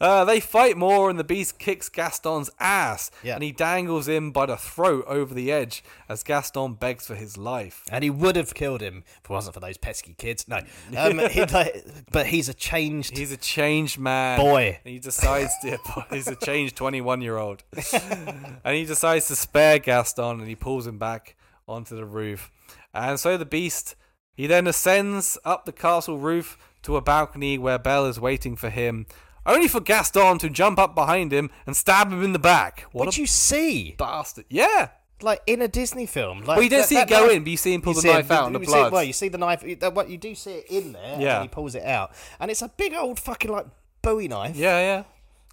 Speaker 3: Uh, they fight more, and the beast kicks Gaston's ass,
Speaker 4: Yeah.
Speaker 3: and he dangles him by the throat over the edge as Gaston begs for his life.
Speaker 4: And he would have killed him if it wasn't for those pesky kids. No, um, he'd like, but he's a changed.
Speaker 3: He's a changed man.
Speaker 4: Boy.
Speaker 3: And he decides to. he's a changed 21 year old. and he decides to spare Gaston and he pulls him back onto the roof. And so the beast, he then ascends up the castle roof to a balcony where Belle is waiting for him, only for Gaston to jump up behind him and stab him in the back. What
Speaker 4: What
Speaker 3: a
Speaker 4: you see?
Speaker 3: bastard. Yeah.
Speaker 4: Like in a Disney film. Like,
Speaker 3: Well, you don't
Speaker 4: that-
Speaker 3: see
Speaker 4: that
Speaker 3: it go
Speaker 4: knife-
Speaker 3: in, but you see him pull the
Speaker 4: see it-
Speaker 3: knife out and the
Speaker 4: you see it-
Speaker 3: blood.
Speaker 4: Well, you see the knife. you- that- What you do see it in there.
Speaker 3: Yeah.
Speaker 4: And he pulls it out, and it's a big old fucking like Bowie knife.
Speaker 3: Yeah, yeah.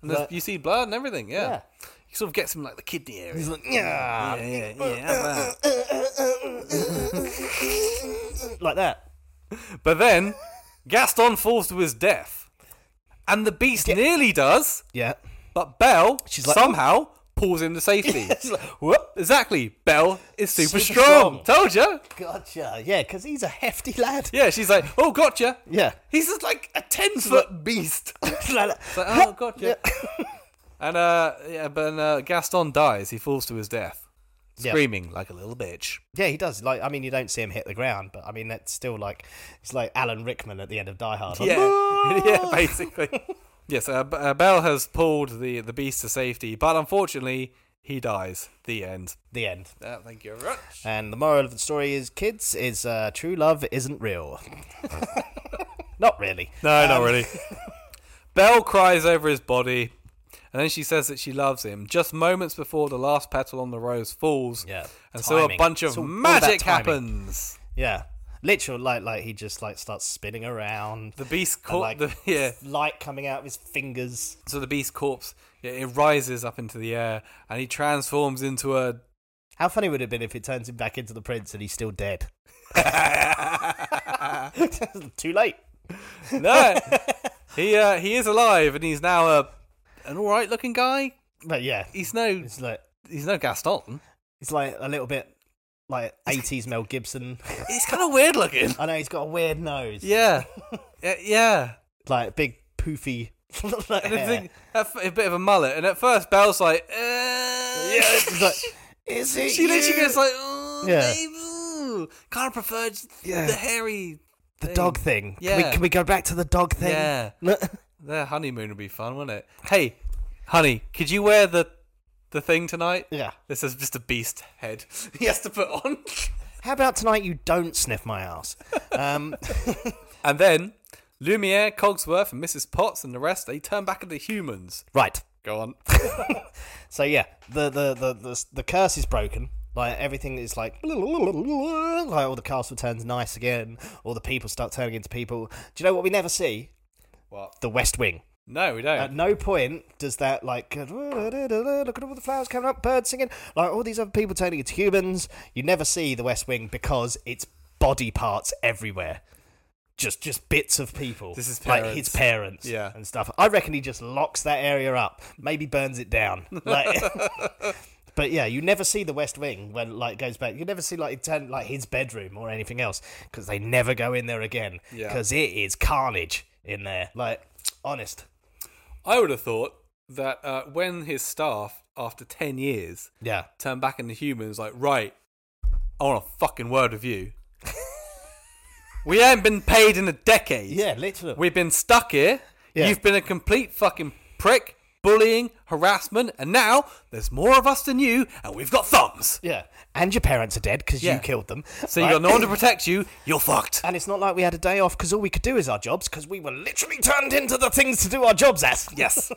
Speaker 3: And there's
Speaker 4: But-
Speaker 3: you see blood and everything, yeah.
Speaker 4: Yeah.
Speaker 3: He sort of gets him like the kidney area.
Speaker 4: He's like, yeah,
Speaker 3: yeah, yeah, have that.
Speaker 4: like that.
Speaker 3: But then Gaston falls to his death. And the beast nearly does,
Speaker 4: Yeah.
Speaker 3: but Belle
Speaker 4: She's like,
Speaker 3: somehow pulls him to safety.
Speaker 4: She's like, "Oh, whoop.
Speaker 3: exactly. Belle is super,
Speaker 4: Super
Speaker 3: strong.
Speaker 4: strong.
Speaker 3: Told you.
Speaker 4: Gotcha. Yeah, because he's a hefty lad.
Speaker 3: Yeah, she's like, oh, gotcha.
Speaker 4: Yeah.
Speaker 3: He's just like a 10 foot beast.
Speaker 4: Like that.
Speaker 3: Like, oh, gotcha. and uh, yeah, but uh, Gaston dies. He falls to his death,
Speaker 4: Yeah.
Speaker 3: screaming like a little bitch.
Speaker 4: Yeah, he does. Like, I mean, you don't see him hit the ground, but I mean, that's still like it's like Alan Rickman at the end of Die Hard. Like,
Speaker 3: Yeah, yeah, basically. yes, uh, B- uh, Bell has pulled the the beast to safety, but unfortunately, he dies. The end.
Speaker 4: The end.
Speaker 3: Uh, thank you very much.
Speaker 4: And the moral of the story is, kids, is uh, true love isn't real. Not really.
Speaker 3: No, not really. Bell cries over his body, and then she says that she loves him. Just moments before the last petal on the rose falls,
Speaker 4: Yeah,
Speaker 3: and so a
Speaker 4: timing.
Speaker 3: bunch
Speaker 4: It's
Speaker 3: of
Speaker 4: all- all about
Speaker 3: magic
Speaker 4: timing.
Speaker 3: happens.
Speaker 4: Yeah. Literal, like, like he just like starts spinning around.
Speaker 3: The beast
Speaker 4: and,
Speaker 3: caught the yeah.
Speaker 4: light coming out of his fingers.
Speaker 3: So the beast corpse it, it rises up into the air, and he transforms into a
Speaker 4: How funny would it have been if it turns him back into the prince and he's still dead? Too late.
Speaker 3: No, he uh, he is alive, and he's now a an all right looking guy.
Speaker 4: But yeah,
Speaker 3: He's no
Speaker 4: it's like
Speaker 3: he's no Gaston.
Speaker 4: it's like a little bit like 80s Mel Gibson.
Speaker 3: He's kind of weird looking.
Speaker 4: I know he's got a weird nose.
Speaker 3: Yeah, yeah. yeah.
Speaker 4: Like big poofy like
Speaker 3: And the
Speaker 4: hair.
Speaker 3: thing- at f- a bit of a mullet, and at first Belle's like, eh.
Speaker 4: Yeah, it's like, is it
Speaker 3: She literally
Speaker 4: you?
Speaker 3: goes like, oh,
Speaker 4: Yeah.
Speaker 3: babe, ooh. kind of preferred
Speaker 4: Yeah.
Speaker 3: the hairy.
Speaker 4: the dog thing. Can,
Speaker 3: Yeah.
Speaker 4: we, can we go back to the dog thing?
Speaker 3: Yeah, their honeymoon would be fun, wouldn't it? Hey, honey, could you wear the the thing tonight?
Speaker 4: yeah.
Speaker 3: This is just a beast head he has to put on.
Speaker 4: How about tonight you don't sniff my ass? Um,
Speaker 3: And then Lumiere, Cogsworth, and Mrs. Potts and the rest, they turn back into humans.
Speaker 4: right.
Speaker 3: Go on.
Speaker 4: So yeah, the the, the the the curse is broken. Like everything is like, like all the castle turns nice again. All the people start turning into people. Do you know what we never see?
Speaker 3: What?
Speaker 4: The West Wing.
Speaker 3: No, we don't.
Speaker 4: At no point does that like look at all the flowers coming up, birds singing, like all these other people turning into humans. You never see the West Wing because it's body parts everywhere. Just just bits of people.
Speaker 3: This is
Speaker 4: like
Speaker 3: parents.
Speaker 4: his parents
Speaker 3: Yeah.
Speaker 4: and stuff. I reckon he just locks that area up, maybe burns it down. Like But yeah, you never see the West Wing when like it goes back. You never see like it turn like his bedroom or anything else because they never go in there again
Speaker 3: Yeah.
Speaker 4: because it is carnage in there. Like honest.
Speaker 3: I would have thought that uh, when his staff, after 10 years,
Speaker 4: Yeah.
Speaker 3: turn back into humans, like, right, I want a fucking word with you. we haven't been paid in a decade.
Speaker 4: Yeah, literally.
Speaker 3: We've been stuck here.
Speaker 4: Yeah.
Speaker 3: You've been a complete fucking prick, bullying, harassment, and now there's more of us than you, and we've got thumbs.
Speaker 4: yeah. And your parents are dead because
Speaker 3: Yeah.
Speaker 4: you killed them.
Speaker 3: So you got no one to protect you. You're fucked.
Speaker 4: And it's not like we had a day off because all we could do is our jobs because we were literally turned into the things to do our jobs as.
Speaker 3: Yes.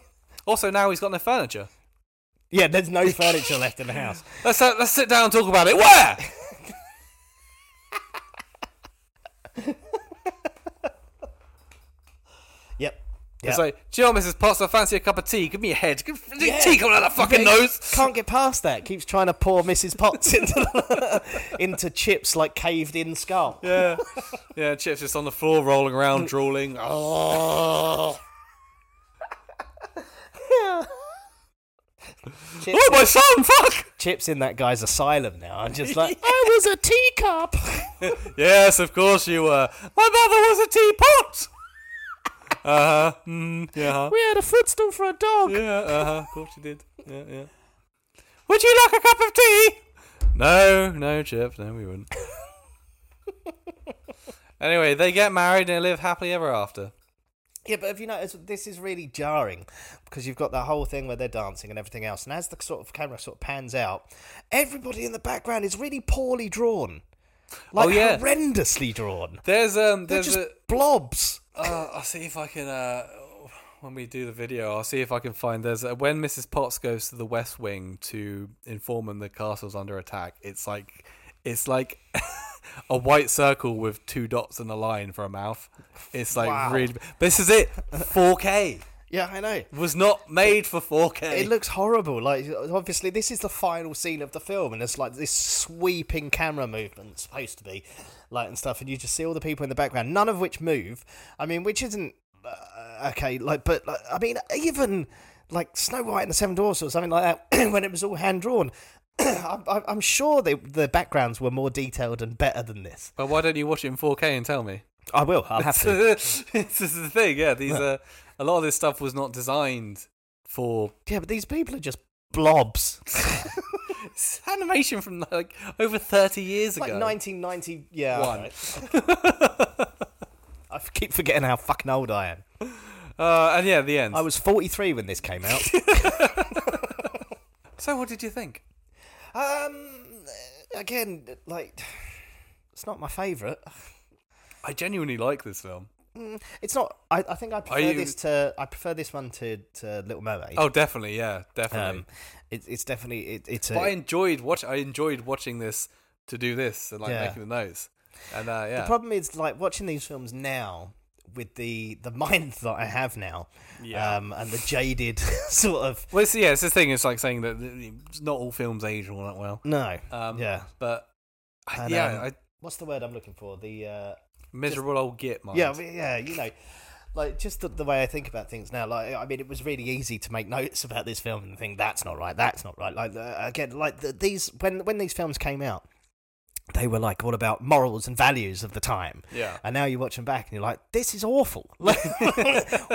Speaker 3: also, now he's got no furniture.
Speaker 4: yeah, there's no furniture left in the house.
Speaker 3: Let's uh, let's sit down and talk about it. Where?
Speaker 4: Yep.
Speaker 3: It's
Speaker 4: Yep.
Speaker 3: like, do you know, what, Mrs. Potts, I fancy a cup of tea. Give me a head. Give me tea coming out of that fucking
Speaker 4: Yeah,
Speaker 3: nose.
Speaker 4: Can't get past that. Keeps trying to pour Mrs. Potts into, into chips like caved in skull.
Speaker 3: Yeah, yeah. Chip's just on the floor, rolling around, drooling. Oh,
Speaker 4: Chips,
Speaker 3: oh my son! Fuck.
Speaker 4: chips in that guy's asylum now. I'm just like, I was a teacup.
Speaker 3: Yes, of course you were. My mother was a teapot. Uh huh. Mm, yeah.
Speaker 4: We had a footstool for a dog.
Speaker 3: Yeah. Uh huh. Of course you did. Yeah. Yeah. Would you like a cup of tea? No, no, Chip. No, we wouldn't. anyway, they get married and they live happily ever after.
Speaker 4: Yeah, but have you noticed this is really jarring because you've got the whole thing where they're dancing and everything else, and as the sort of camera sort of pans out, everybody in the background is really poorly drawn, like
Speaker 3: Oh, yeah.
Speaker 4: horrendously drawn.
Speaker 3: There's um.
Speaker 4: They're
Speaker 3: There's
Speaker 4: just
Speaker 3: a,
Speaker 4: blobs.
Speaker 3: Uh, I'll see if I can. Uh, when we do the video, I'll see if I can find. There's uh, when Mrs. Potts goes to the West Wing to inform them the castle's under attack. It's like, it's like a white circle with two dots and a line for a mouth. It's like
Speaker 4: Wow.
Speaker 3: really. This is it. 4K
Speaker 4: Yeah, I know.
Speaker 3: was not made for 4K.
Speaker 4: It looks horrible. Like obviously, this is the final scene of the film, and it's like this sweeping camera movement it's supposed to be, like and stuff, and you just see all the people in the background, none of which move. I mean, which isn't uh, okay. Like, but like, I mean, even like Snow White and the Seven Dwarfs or something like that, when it was all hand drawn. I'm, I'm- I'm sure they, the backgrounds were more detailed and better than this.
Speaker 3: but why don't you watch it in 4K and tell me?
Speaker 4: I will. I'll have to.
Speaker 3: this is the thing. Yeah, these uh, a lot of this stuff was not designed for
Speaker 4: Yeah, but these people are just blobs.
Speaker 3: it's animation from like over 30 years
Speaker 4: like
Speaker 3: ago.
Speaker 4: 1990. Yeah.
Speaker 3: One.
Speaker 4: alright. I keep forgetting how fucking old I am.
Speaker 3: Uh, and yeah, the end.
Speaker 4: I was 43 when this came out.
Speaker 3: so, what did you think?
Speaker 4: um, again, like, it's not my favourite.
Speaker 3: I genuinely like this film.
Speaker 4: It's not. I, I think I prefer
Speaker 3: you-
Speaker 4: this to. I prefer this one to, to Little Mermaid.
Speaker 3: Oh, definitely, yeah, definitely.
Speaker 4: Um, it, it's definitely it, it's.
Speaker 3: but I
Speaker 4: A,
Speaker 3: enjoyed watch. I enjoyed watching this to do this and like
Speaker 4: Yeah.
Speaker 3: making the notes. And uh, yeah,
Speaker 4: the problem is like watching these films now with the the mind that I have now,
Speaker 3: Yeah.
Speaker 4: um, and the jaded sort of
Speaker 3: well, it's, yeah, it's the thing. It's like saying that th- it's not all films age all that well.
Speaker 4: no,
Speaker 3: Um,
Speaker 4: yeah,
Speaker 3: but I-
Speaker 4: And,
Speaker 3: yeah,
Speaker 4: um,
Speaker 3: I,
Speaker 4: what's the word I'm looking for? The uh,
Speaker 3: miserable old git, man.
Speaker 4: Yeah, I mean, yeah, you know, like just the, the way I think about things now. Like, I mean, it was really easy to make notes about this film and think that's not right, that's not right. Like uh, again, like the, these when when these films came out, they were like all about morals and values of the time.
Speaker 3: Yeah.
Speaker 4: And now you watch them back and you're like, this is awful. Like,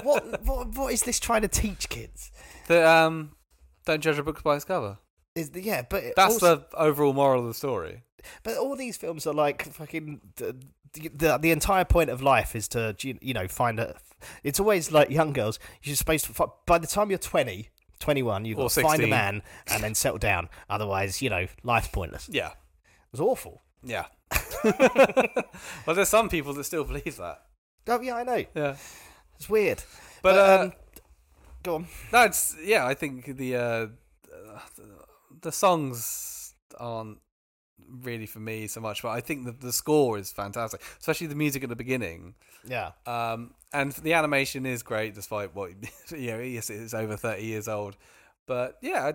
Speaker 4: what what what is this trying to teach kids?
Speaker 3: The, um, don't judge a book by its cover.
Speaker 4: Is the, yeah, but it
Speaker 3: That's
Speaker 4: also-
Speaker 3: the overall moral of the story.
Speaker 4: But all these films are like fucking the the, the entire point of life is to you you know find a. It's always like young girls. You're supposed to fi- by the time you're 20, 21, you've
Speaker 3: Or
Speaker 4: got to find
Speaker 3: 16.
Speaker 4: a man and then settle down. Otherwise, you know, life's pointless. It
Speaker 3: Yeah,
Speaker 4: was awful.
Speaker 3: yeah. well, there's some people that still believe that.
Speaker 4: Oh yeah, um, I know.
Speaker 3: Yeah.
Speaker 4: It's weird.
Speaker 3: But, uh,
Speaker 4: go on.
Speaker 3: That's yeah. I think the uh, the songs aren't really for me so much, but I think the the score is fantastic, especially the music at the beginning.
Speaker 4: Yeah.
Speaker 3: Um, and the animation is great, despite what you know. Yes, it's over thirty years old, but yeah,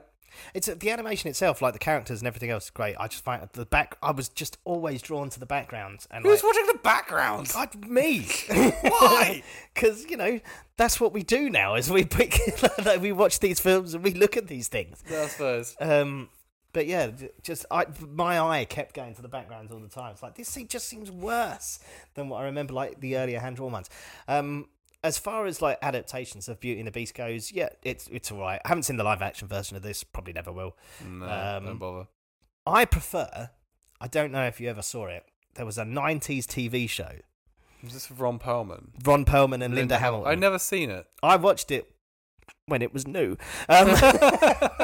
Speaker 4: It's uh, the animation itself, like the characters and everything else, is great. I just find the back. I was just always drawn to the backgrounds and
Speaker 3: who's
Speaker 4: like,
Speaker 3: watching the background?
Speaker 4: God, me.
Speaker 3: Why?
Speaker 4: Because you know that's what we do now. Is we pick, like, we watch these films and we look at these things.
Speaker 3: I suppose.
Speaker 4: Um, but yeah, j- just I, my eye kept going to the backgrounds all the time. It's like this se- just seems worse than what I remember, like the earlier hand drawn ones. Um, as far as like adaptations of Beauty and the Beast goes, yeah, it's it's all right. I haven't seen the live action version of this. Probably never will.
Speaker 3: No,
Speaker 4: um,
Speaker 3: don't bother.
Speaker 4: I prefer. I don't know if you ever saw it. There was a '90s TV show.
Speaker 3: Is this Ron Perlman?
Speaker 4: Ron Perlman and Linda,
Speaker 3: Hamilton.
Speaker 4: Hamilton.
Speaker 3: I've never seen it.
Speaker 4: I watched it when it was new. Um,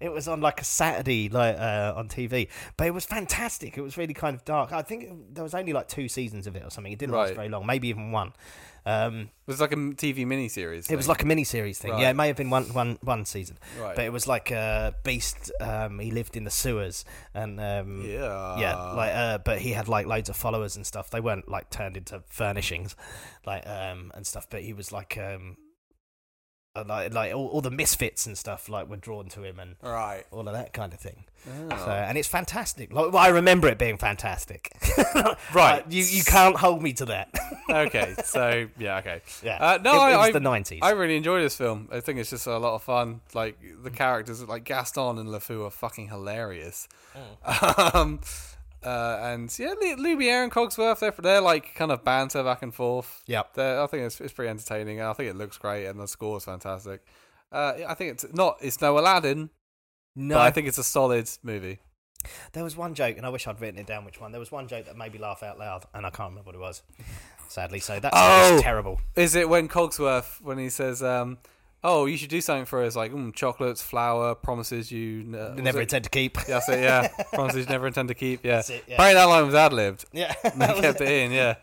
Speaker 4: it was on like a Saturday, like uh, on TV, but it was fantastic. It was really kind of dark. I think there was only like two seasons of it or something. It didn't last
Speaker 3: Right.
Speaker 4: very long, maybe even one. Um,
Speaker 3: It was like a m- TV miniseries.
Speaker 4: it was
Speaker 3: thing.
Speaker 4: like a mini series thing.
Speaker 3: Right.
Speaker 4: Yeah, it may have been one, one, one season,
Speaker 3: Right.
Speaker 4: but it was like a beast. Um, he lived in the sewers, and um,
Speaker 3: Yeah.
Speaker 4: yeah, like uh, but he had like loads of followers and stuff. They weren't like turned into furnishings, like um and stuff. But he was like um, uh, like like all, all the misfits and stuff like were drawn to him and
Speaker 3: right.
Speaker 4: all of that kind of thing.
Speaker 3: Oh.
Speaker 4: So and it's fantastic. Like well, I remember it being fantastic. Like, you you can't hold me to that.
Speaker 3: okay, so yeah, okay.
Speaker 4: Yeah.
Speaker 3: Uh, no,
Speaker 4: It- it
Speaker 3: I,
Speaker 4: was
Speaker 3: I-
Speaker 4: the 90s.
Speaker 3: I really enjoy this film. I think it's just a lot of fun. Like
Speaker 4: Mm.
Speaker 3: the characters, like Gaston and LeFou, are fucking hilarious. Um, Uh, and yeah, Lu- Lumiere and Cogsworth, they're, they're like kind of banter back and forth.
Speaker 4: Yep.
Speaker 3: They're, I think it's, it's pretty entertaining. and I think it looks great, and the score's fantastic. Uh, I think it's not, it's no Aladdin,
Speaker 4: No,
Speaker 3: but I think it's a solid movie.
Speaker 4: There was one joke, and I wish I'd written it down. Which one? There was one joke that made me laugh out loud, and I can't remember what it was. Sadly, so that's
Speaker 3: Oh!
Speaker 4: terrible.
Speaker 3: Is it when Cogsworth, when he says, um, oh, you should do something for us, like mm, chocolates, flour, promises you... n- was
Speaker 4: Never
Speaker 3: it-
Speaker 4: intend to keep.
Speaker 3: Yeah, that's it, yeah. promises you never intend to keep, yeah.
Speaker 4: it, yeah.
Speaker 3: Barry, that line was ad-libbed.
Speaker 4: Yeah,
Speaker 3: They
Speaker 4: that was
Speaker 3: kept
Speaker 4: it.
Speaker 3: it in, yeah.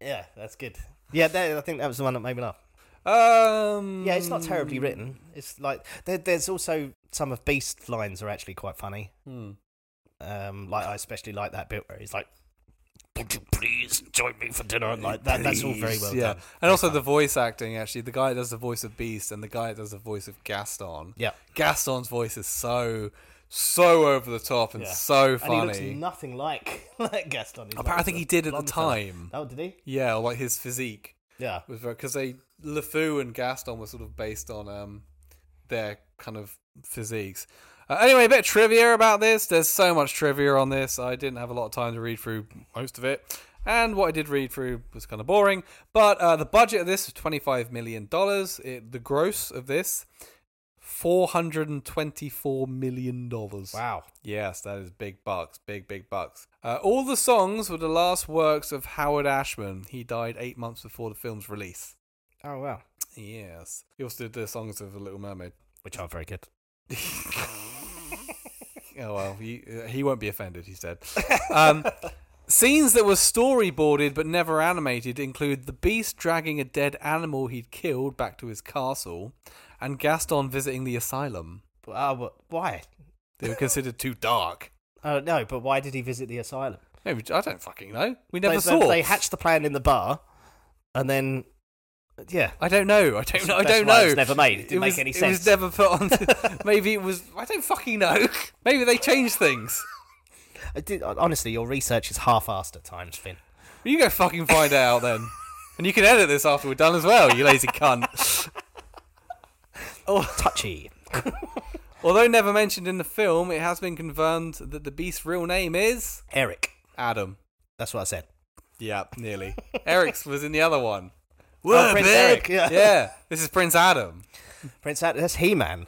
Speaker 4: yeah, that's good. Yeah, that, I think that was the one that made me laugh.
Speaker 3: Um,
Speaker 4: Yeah, it's not terribly written. It's like there, there's also some of Beast lines are actually quite funny.
Speaker 3: Hmm.
Speaker 4: Um, like I especially like that bit where he's like, "Would you please join me for dinner?" And like that, that's all very well
Speaker 3: yeah,
Speaker 4: done.
Speaker 3: and also the voice acting. Actually, the guy that does the voice of Beast and the guy that does the voice of Gaston.
Speaker 4: Yeah.
Speaker 3: Gaston's voice is so so over the top and
Speaker 4: Yeah.
Speaker 3: so
Speaker 4: And he
Speaker 3: funny.
Speaker 4: looks nothing like like Gaston. He's
Speaker 3: Apparently,
Speaker 4: like
Speaker 3: I think
Speaker 4: a
Speaker 3: he did at the
Speaker 4: blonde fella.
Speaker 3: time.
Speaker 4: Oh, did he?
Speaker 3: Yeah, or like his physique
Speaker 4: Yeah.
Speaker 3: was because uh, they LeFou and Gaston were sort of based on um their kind of physiques. Uh, anyway, a bit of trivia about this. There's so much trivia on this. I didn't have a lot of time to read through most of it, and what I did read through was kind of boring. But uh, the budget of this was 25 million dollars. The gross of this. Four hundred and twenty-four million dollars.
Speaker 4: Wow.
Speaker 3: Yes, that is big bucks, big big bucks. Uh, all the songs were the last works of Howard Ashman. He died eight months before the film's release.
Speaker 4: Oh wow.
Speaker 3: Yes, he also did the songs of The Little Mermaid.
Speaker 4: Which are very good.
Speaker 3: Oh well, he, uh, he won't be offended. He's dead. Um, scenes that were storyboarded but never animated include the Beast dragging a dead animal he'd killed back to his castle, and Gaston visiting the asylum.
Speaker 4: But, uh, but why?
Speaker 3: They were considered too dark.
Speaker 4: I don't know. But why did he visit the asylum?
Speaker 3: No, we- I don't fucking know. We never
Speaker 4: they,
Speaker 3: saw.
Speaker 4: They, they hatched the plan in the bar, and then yeah,
Speaker 3: I don't know. I don't. know. I
Speaker 4: That's
Speaker 3: don't
Speaker 4: why
Speaker 3: know.
Speaker 4: it was never made. It didn't make
Speaker 3: was-
Speaker 4: any
Speaker 3: It was
Speaker 4: sense.
Speaker 3: never put on. maybe it was. I don't fucking know. Maybe they changed things.
Speaker 4: I did, honestly, your research is half-assed at times, Finn.
Speaker 3: You go fucking find out then, and you can edit this after we're done as well. You lazy cunt.
Speaker 4: Oh. Touchy.
Speaker 3: Although never mentioned in the film, it has been confirmed that the beast's real name is
Speaker 4: Eric.
Speaker 3: Adam.
Speaker 4: That's what I said.
Speaker 3: Yeah, nearly. Eric's was in the other one. Oh,
Speaker 4: Whoa, Prince Eric, yeah.
Speaker 3: yeah. This is Prince Adam.
Speaker 4: Prince Adam, that's He-Man.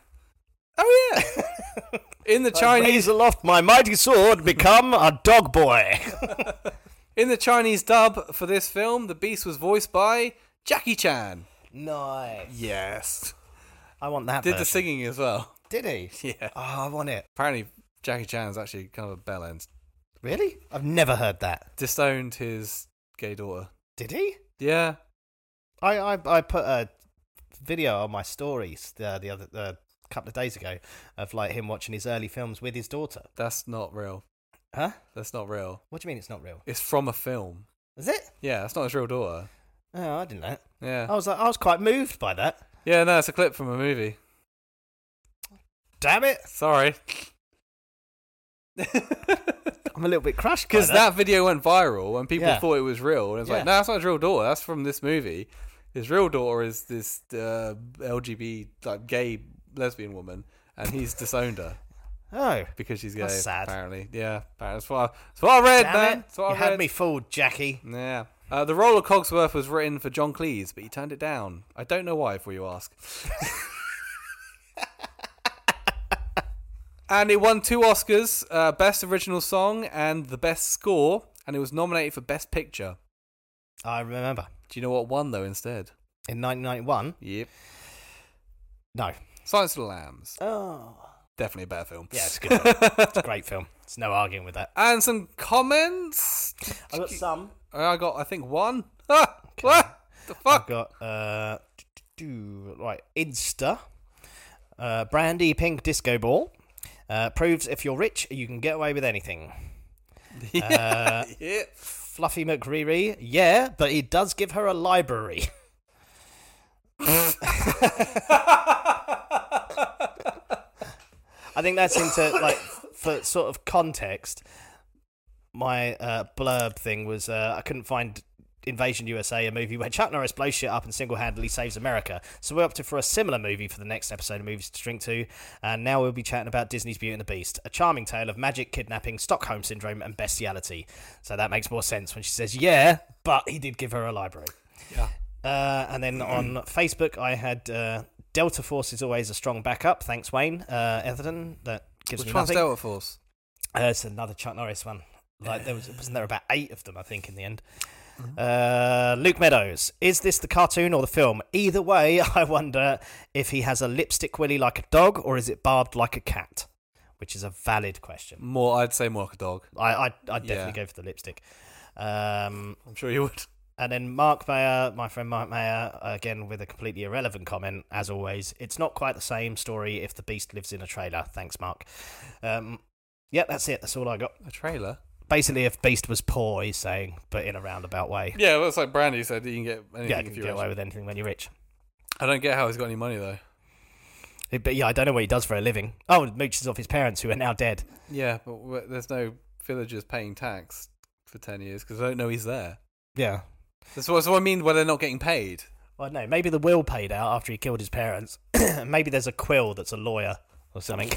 Speaker 3: Oh yeah. In the Chinese
Speaker 4: Raise aloft my mighty sword, become a dog boy.
Speaker 3: In the Chinese dub for this film, the beast was voiced by Jackie Chan.
Speaker 4: nice.
Speaker 3: Yes.
Speaker 4: I want that
Speaker 3: Did the
Speaker 4: version.
Speaker 3: singing as well.
Speaker 4: Did he?
Speaker 3: Yeah.
Speaker 4: Oh, I want it.
Speaker 3: Apparently, Jackie Chan is actually kind of a bell end.
Speaker 4: Really? I've never heard that.
Speaker 3: Disowned his gay daughter.
Speaker 4: Did he?
Speaker 3: Yeah.
Speaker 4: I, I, I put a video on my stories the, the other uh, couple of days ago of like him watching his early films with his daughter.
Speaker 3: That's not real.
Speaker 4: Huh?
Speaker 3: That's not real.
Speaker 4: What do you mean it's not real?
Speaker 3: It's from a film.
Speaker 4: Is it?
Speaker 3: Yeah, that's not his real daughter.
Speaker 4: Oh, I didn't know.
Speaker 3: Yeah.
Speaker 4: I was like, I was quite moved by that.
Speaker 3: Yeah, no, it's a clip from a movie.
Speaker 4: Damn it!
Speaker 3: Sorry.
Speaker 4: I'm a little bit crushed
Speaker 3: Because
Speaker 4: by that.
Speaker 3: that video went viral and people
Speaker 4: Yeah.
Speaker 3: thought it was real. And it's
Speaker 4: Yeah.
Speaker 3: like, no, that's not his real daughter. That's from this movie. His real daughter is this uh, LGB, like, gay lesbian woman. And he's disowned her
Speaker 4: Oh,
Speaker 3: because she's gay.
Speaker 4: That's sad.
Speaker 3: Apparently. Yeah. Apparently. That's, what I, that's what I read,
Speaker 4: damn
Speaker 3: man.
Speaker 4: it!
Speaker 3: That's
Speaker 4: You
Speaker 3: what I
Speaker 4: had
Speaker 3: read.
Speaker 4: me fooled, Jackie.
Speaker 3: Yeah. Uh, the role of Cogsworth was written for John Cleese, but he turned it down. I don't know why, if you ask. and it won two Oscars uh, Best Original Song and the Best Score, and it was nominated for Best Picture.
Speaker 4: I remember
Speaker 3: Do you know what won, though, instead?
Speaker 4: in 1991.
Speaker 3: Yep.
Speaker 4: No.
Speaker 3: Silence of the Lambs.
Speaker 4: Oh.
Speaker 3: Definitely a better film.
Speaker 4: Yeah, it's a good. Film. it's a great film. It's no arguing with that.
Speaker 3: And some comments.
Speaker 4: I got some.
Speaker 3: I got, I think, one. Ah, What the fuck?
Speaker 4: I've got uh, do- do- do- right Insta, uh, Brandy Pink Disco Ball. Uh, proves if you're rich, you can get away with anything.
Speaker 3: Yeah.
Speaker 4: Fluffy McRiri, yeah, but he does give her a library. I think that's into like for sort of context. My uh, blurb thing was uh, I couldn't find Invasion USA, a movie where Chuck Norris blows shit up and single handedly saves America. So we're up to for a similar movie for the next episode of Movies to Drink to. And now we'll be chatting about Disney's Beauty and the Beast, a charming tale of magic, kidnapping, Stockholm syndrome, and bestiality. So that makes more sense when she says, yeah, but he did give her a library.
Speaker 3: Yeah.
Speaker 4: Uh, and then on Facebook, I had uh, Delta Force is always a strong backup. Thanks, Wayne uh, Etherton. That gives
Speaker 3: Which
Speaker 4: me
Speaker 3: one's
Speaker 4: nothing.
Speaker 3: Delta Force?
Speaker 4: Uh, it's another Chuck Norris one. Like there was wasn't there about eight of them, I think, in the end. Uh, Luke Meadows, is this the cartoon or the film? Either way, I wonder if he has a lipstick willy like a dog or is it barbed like a cat? Which is a valid question.
Speaker 3: More, I'd say more like a dog.
Speaker 4: I I I'd definitely
Speaker 3: Yeah.
Speaker 4: go for the lipstick. Um,
Speaker 3: I'm sure you would.
Speaker 4: and then Mark Mayer, my friend Mark Mayer, again with a completely irrelevant comment, as always. It's not quite the same story if the beast lives in a trailer. Thanks, Mark. Um, yeah, that's it. That's all I got.
Speaker 3: A trailer.
Speaker 4: Basically, if Beast was poor, he's saying, but in a roundabout way.
Speaker 3: Yeah, that's like Brandy said. You can get anything
Speaker 4: Yeah, you
Speaker 3: if
Speaker 4: can
Speaker 3: you
Speaker 4: get
Speaker 3: rich.
Speaker 4: away with anything when you're rich.
Speaker 3: I don't get how he's got any money though.
Speaker 4: But yeah, I don't know what he does for a living. Oh, mooches off his parents who are now dead.
Speaker 3: Yeah, but w- there's no villagers paying tax for ten years because I don't know he's there.
Speaker 4: Yeah.
Speaker 3: That's what, that's what I mean. Where they're not getting paid.
Speaker 4: Well, no, maybe the will paid out after he killed his parents. maybe there's a quill that's a lawyer or something.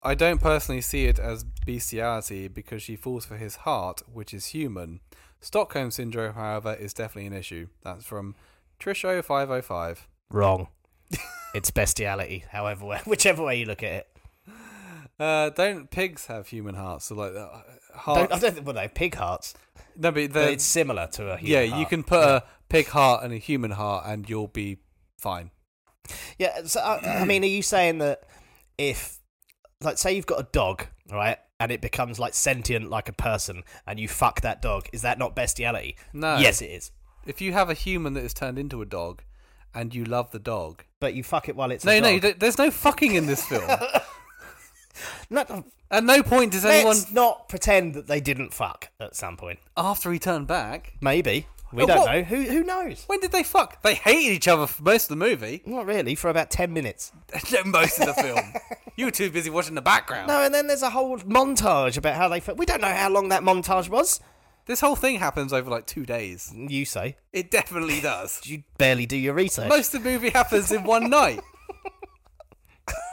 Speaker 3: I don't personally see it as bestiality because she falls for his heart, which is human. Stockholm syndrome, however, is definitely an issue. That's from Trisho505.
Speaker 4: Wrong. it's bestiality, however, way- whichever way you look at it.
Speaker 3: Uh, don't pigs have human hearts? So like uh,
Speaker 4: Don't,
Speaker 3: heart.
Speaker 4: I don't think, well, no, pig hearts.
Speaker 3: No, but
Speaker 4: But
Speaker 3: they're-
Speaker 4: it's similar to a
Speaker 3: yeah,
Speaker 4: human
Speaker 3: you
Speaker 4: heart.
Speaker 3: can put a pig heart and a human heart, and you'll be fine.
Speaker 4: Yeah, so, uh, I, I mean, are you saying that if, like, say you've got a dog, right, and it becomes, like, sentient like a person, and you fuck that dog, is that not bestiality?
Speaker 3: No.
Speaker 4: Yes, it is.
Speaker 3: If you have a human that is turned into a dog, and you love the dog.
Speaker 4: But you fuck it while it's
Speaker 3: No,
Speaker 4: a
Speaker 3: no,
Speaker 4: dog.
Speaker 3: th- there's no fucking in this film.
Speaker 4: No,
Speaker 3: At no point does anyone
Speaker 4: Let's not pretend that they didn't fuck at some point.
Speaker 3: after he turned back.
Speaker 4: Maybe. We
Speaker 3: Oh,
Speaker 4: don't
Speaker 3: what?
Speaker 4: know. Who, who knows?
Speaker 3: When did they fuck? They hated each other for most of the movie.
Speaker 4: Not really, for about 10 minutes.
Speaker 3: most of the film. You were too busy watching the background.
Speaker 4: No, and then there's a whole montage about how they. fu- We don't know how long that montage was.
Speaker 3: This whole thing happens over like two days.
Speaker 4: You say.
Speaker 3: It definitely does.
Speaker 4: You barely do your research.
Speaker 3: most of the movie happens in one night.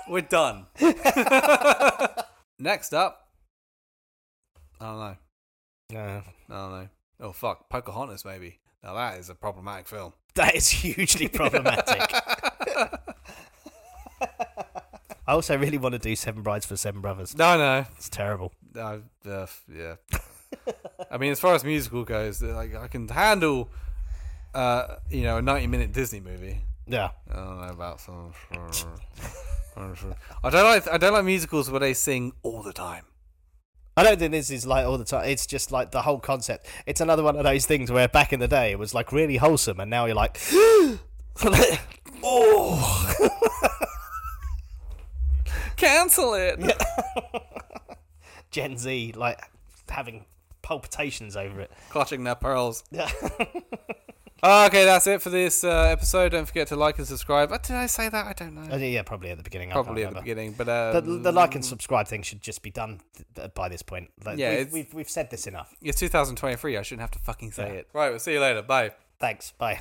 Speaker 3: We're done. Next up. I don't know.
Speaker 4: Uh,
Speaker 3: I don't know. Oh, fuck. Pocahontas, maybe. Now that is a problematic film.
Speaker 4: that is hugely problematic. I also really want to do Seven Brides for Seven Brothers.
Speaker 3: No, no.
Speaker 4: It's terrible.
Speaker 3: I, uh, f- yeah. I mean, as far as musical goes, uh, like I can handle, uh, you know, a ninety-minute Disney movie.
Speaker 4: Yeah.
Speaker 3: I don't know about some. I don't like. I don't like musicals where they sing all the time.
Speaker 4: I don't think this is like all the time. It's just like the whole concept. It's another one of those things where back in the day it was like really wholesome, and now you're like, oh.
Speaker 3: Cancel it.
Speaker 4: Gen Z like having palpitations over it.
Speaker 3: Clutching their pearls. Ah, okay, that's it for this uh, episode. Don't forget to like and subscribe. Uh, Did I say that? I don't know.
Speaker 4: Uh, yeah, probably at the beginning. I can't
Speaker 3: Probably at the
Speaker 4: remember.
Speaker 3: beginning, but uh,
Speaker 4: The, the like and subscribe thing should just be done th- by this point. Like,
Speaker 3: Yeah,
Speaker 4: we've,
Speaker 3: it's-
Speaker 4: we've, we've said this enough.
Speaker 3: it's 2023. I shouldn't have to fucking say
Speaker 4: Yeah.
Speaker 3: it. Right. We'll see you later. Bye.
Speaker 4: Thanks. Bye.